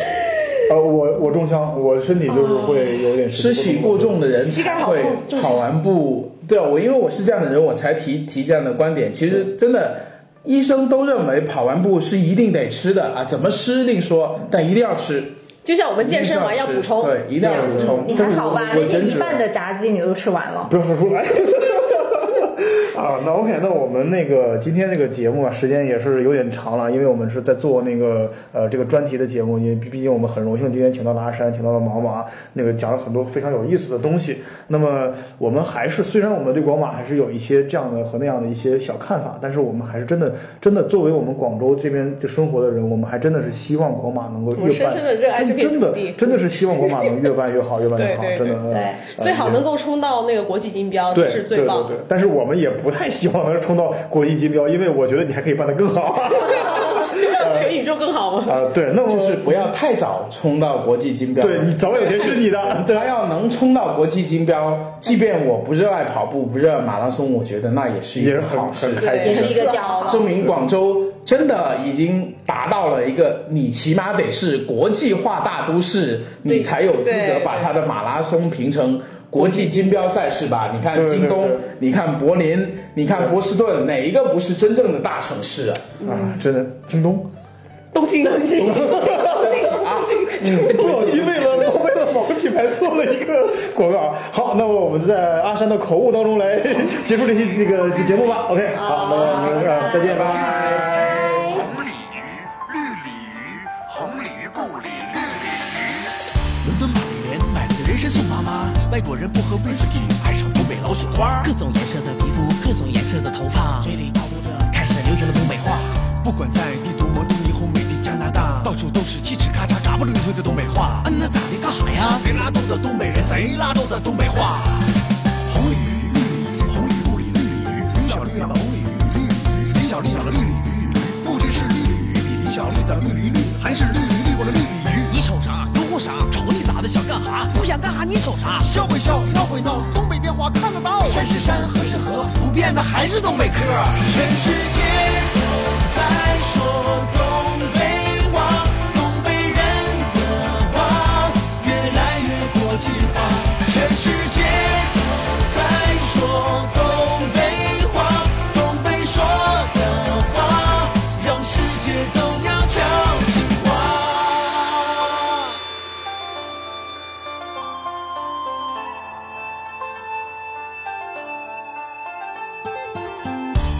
Speaker 1: 呃，我我中枪，我身体就是会有点
Speaker 4: 湿气呃过。重的人
Speaker 2: 膝盖
Speaker 4: 才
Speaker 2: 好
Speaker 4: 会
Speaker 2: 痛重
Speaker 4: 跑完步。对啊，我因为我是这样的人，我才提提这样的观点。其实真的，医生都认为跑完步是一定得吃的啊，怎么吃另说，但一定要吃。
Speaker 2: 就像我们健身完要补充，啊
Speaker 4: 对，一定要补充。
Speaker 3: 你还好吧？
Speaker 4: 我
Speaker 3: 那
Speaker 4: 我
Speaker 3: 些
Speaker 4: 真
Speaker 3: 一
Speaker 4: 觉
Speaker 3: 半
Speaker 4: 得
Speaker 3: 的炸鸡你都吃完了。
Speaker 1: 不要说出来。 啊，那 OK，那我们那个今天这个节目啊，时间也是有点长了，因为我们是在做那个呃这个专题的节目，因为毕毕竟我们很荣幸今天请到了阿山，请到了毛毛啊，那个讲了很多非常有意思的东西。那么我们还是虽然我们对广马还是有一些这样的和那样的一些小看法，但是我们还是真的真的作为我们广州这边就生活的人，我们还真的是希望广马能够
Speaker 2: 我
Speaker 1: 越
Speaker 2: 深
Speaker 1: 办，
Speaker 2: 深地热爱这
Speaker 1: 真
Speaker 2: 片
Speaker 1: 真
Speaker 2: 土
Speaker 1: 的
Speaker 2: 地
Speaker 1: 真的是希望广马能越办越好，越办越好，
Speaker 2: 对对
Speaker 1: 真的
Speaker 2: 对
Speaker 1: 嗯
Speaker 3: 对
Speaker 4: 啊
Speaker 1: 呃
Speaker 2: 最好
Speaker 1: 也
Speaker 2: 能够冲到那个国际金标，这
Speaker 1: 对，
Speaker 2: 是最棒
Speaker 1: 对对
Speaker 2: 的。
Speaker 1: 对。但是我们也不太希望能冲到国际金标，因为我觉得你还可以办得更好。
Speaker 2: 就让全宇宙更好吗？
Speaker 1: 啊，对，那我
Speaker 4: 就是不要太早冲到国际金标。
Speaker 1: 对你早晚有一天是你的，对
Speaker 4: 他要能冲到国际金标，即便我不热爱跑步，不热爱马拉松，我觉得那也是一
Speaker 1: 也
Speaker 4: 个
Speaker 1: 是很
Speaker 4: 好事
Speaker 1: 很，
Speaker 4: 开
Speaker 1: 开
Speaker 4: 心
Speaker 1: 心
Speaker 3: 也
Speaker 4: 的
Speaker 3: 是
Speaker 4: 事
Speaker 3: 一个骄 傲。
Speaker 4: 证明广州真的已经达到了一个，你起码得是国际化大都市，
Speaker 2: 对
Speaker 4: 你才有资
Speaker 2: 对
Speaker 4: 格把它的马拉松评成国际金标赛事吧？你看
Speaker 1: 对对
Speaker 4: 京东
Speaker 1: 对，
Speaker 4: 你看柏林，你看波士顿，哪一个不是真正的大城市啊？
Speaker 1: 啊，真的，京东。
Speaker 2: 东京， 东京，东京，
Speaker 4: 啊
Speaker 2: 东京，
Speaker 1: 不小心为了为了某个品牌做了一个广告。好，那么我们在阿山的口误当中来结束这期那个节目吧。OK，好，那么我们啊再见，拜拜。
Speaker 5: 红鲤鱼、绿鲤鱼、红鲤鱼、不鲤鱼、绿鲤鱼。
Speaker 6: 伦敦玛丽莲买了个人参送妈妈，外国人不喝威士忌，爱上东北老雪花。
Speaker 7: 各种颜色的皮肤，各种颜色的头发，
Speaker 6: 嘴里叨咕着
Speaker 7: 开始流行了东北话。
Speaker 6: 不管在帝都、魔都、霓虹、美的、加拿大，到处都是七尺咔嚓、嘎不溜脆的东北话。嗯，那咋的？干哈呀？贼拉逗的东北人，贼拉逗的东北话。红鲤鱼，绿鲤鱼，红鲤不鲤，绿鲤鱼，李小绿养的红鲤鱼，绿鲤鱼，李小丽养的绿鲤鱼，不知是绿鲤鱼比李小丽的绿鲤鱼还是绿鲤绿我的绿鲤鱼。
Speaker 7: 你瞅啥？拥护啥？瞅你咋的？想干哈？不想干哈？你瞅啥？
Speaker 6: 笑归笑，闹归闹，东北变化看得到。山是山，河是河，不变的还是东北嗑。全世界都在说东北话，东北人的话越来越国际化。全世界都在说东北话，东北说的话让世界都要讲听话。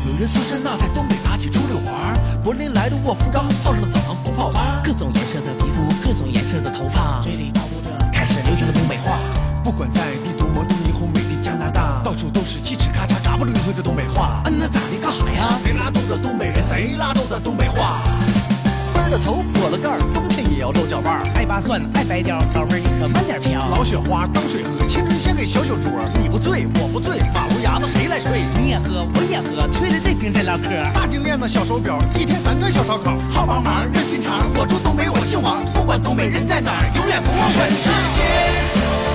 Speaker 6: 有人说是那在东北打起出溜滑儿，柏林来的沃夫冈泡上了澡堂，广
Speaker 7: 泡吧，各种颜色的皮肤，各种颜色的头发，嘴里叨咕着开始流传东北话。
Speaker 6: 不管在帝都、魔都、霓虹、美的、加拿大，到处都是叽哧咔嚓、嘎不溜碎的东北话。啊
Speaker 7: 嗯，那咋的？干啥呀？
Speaker 6: 贼拉逗的东北人，贼拉逗的东北话。
Speaker 7: 闷了头，裹了盖儿，冬天也要露脚腕儿。爱扒蒜，爱白貂，老妹儿你可慢点飘。
Speaker 6: 老雪花当水喝，青春献给小酒桌。
Speaker 7: 你不醉，我不醉，马路牙子谁来吹？你也喝，我也喝，吹了这瓶再唠嗑。
Speaker 6: 大金链子、小手表，一天三个小烧烤，好帮忙，热心肠。我住东北，我姓王，不管东北人在哪儿，永远不忘本。全世界都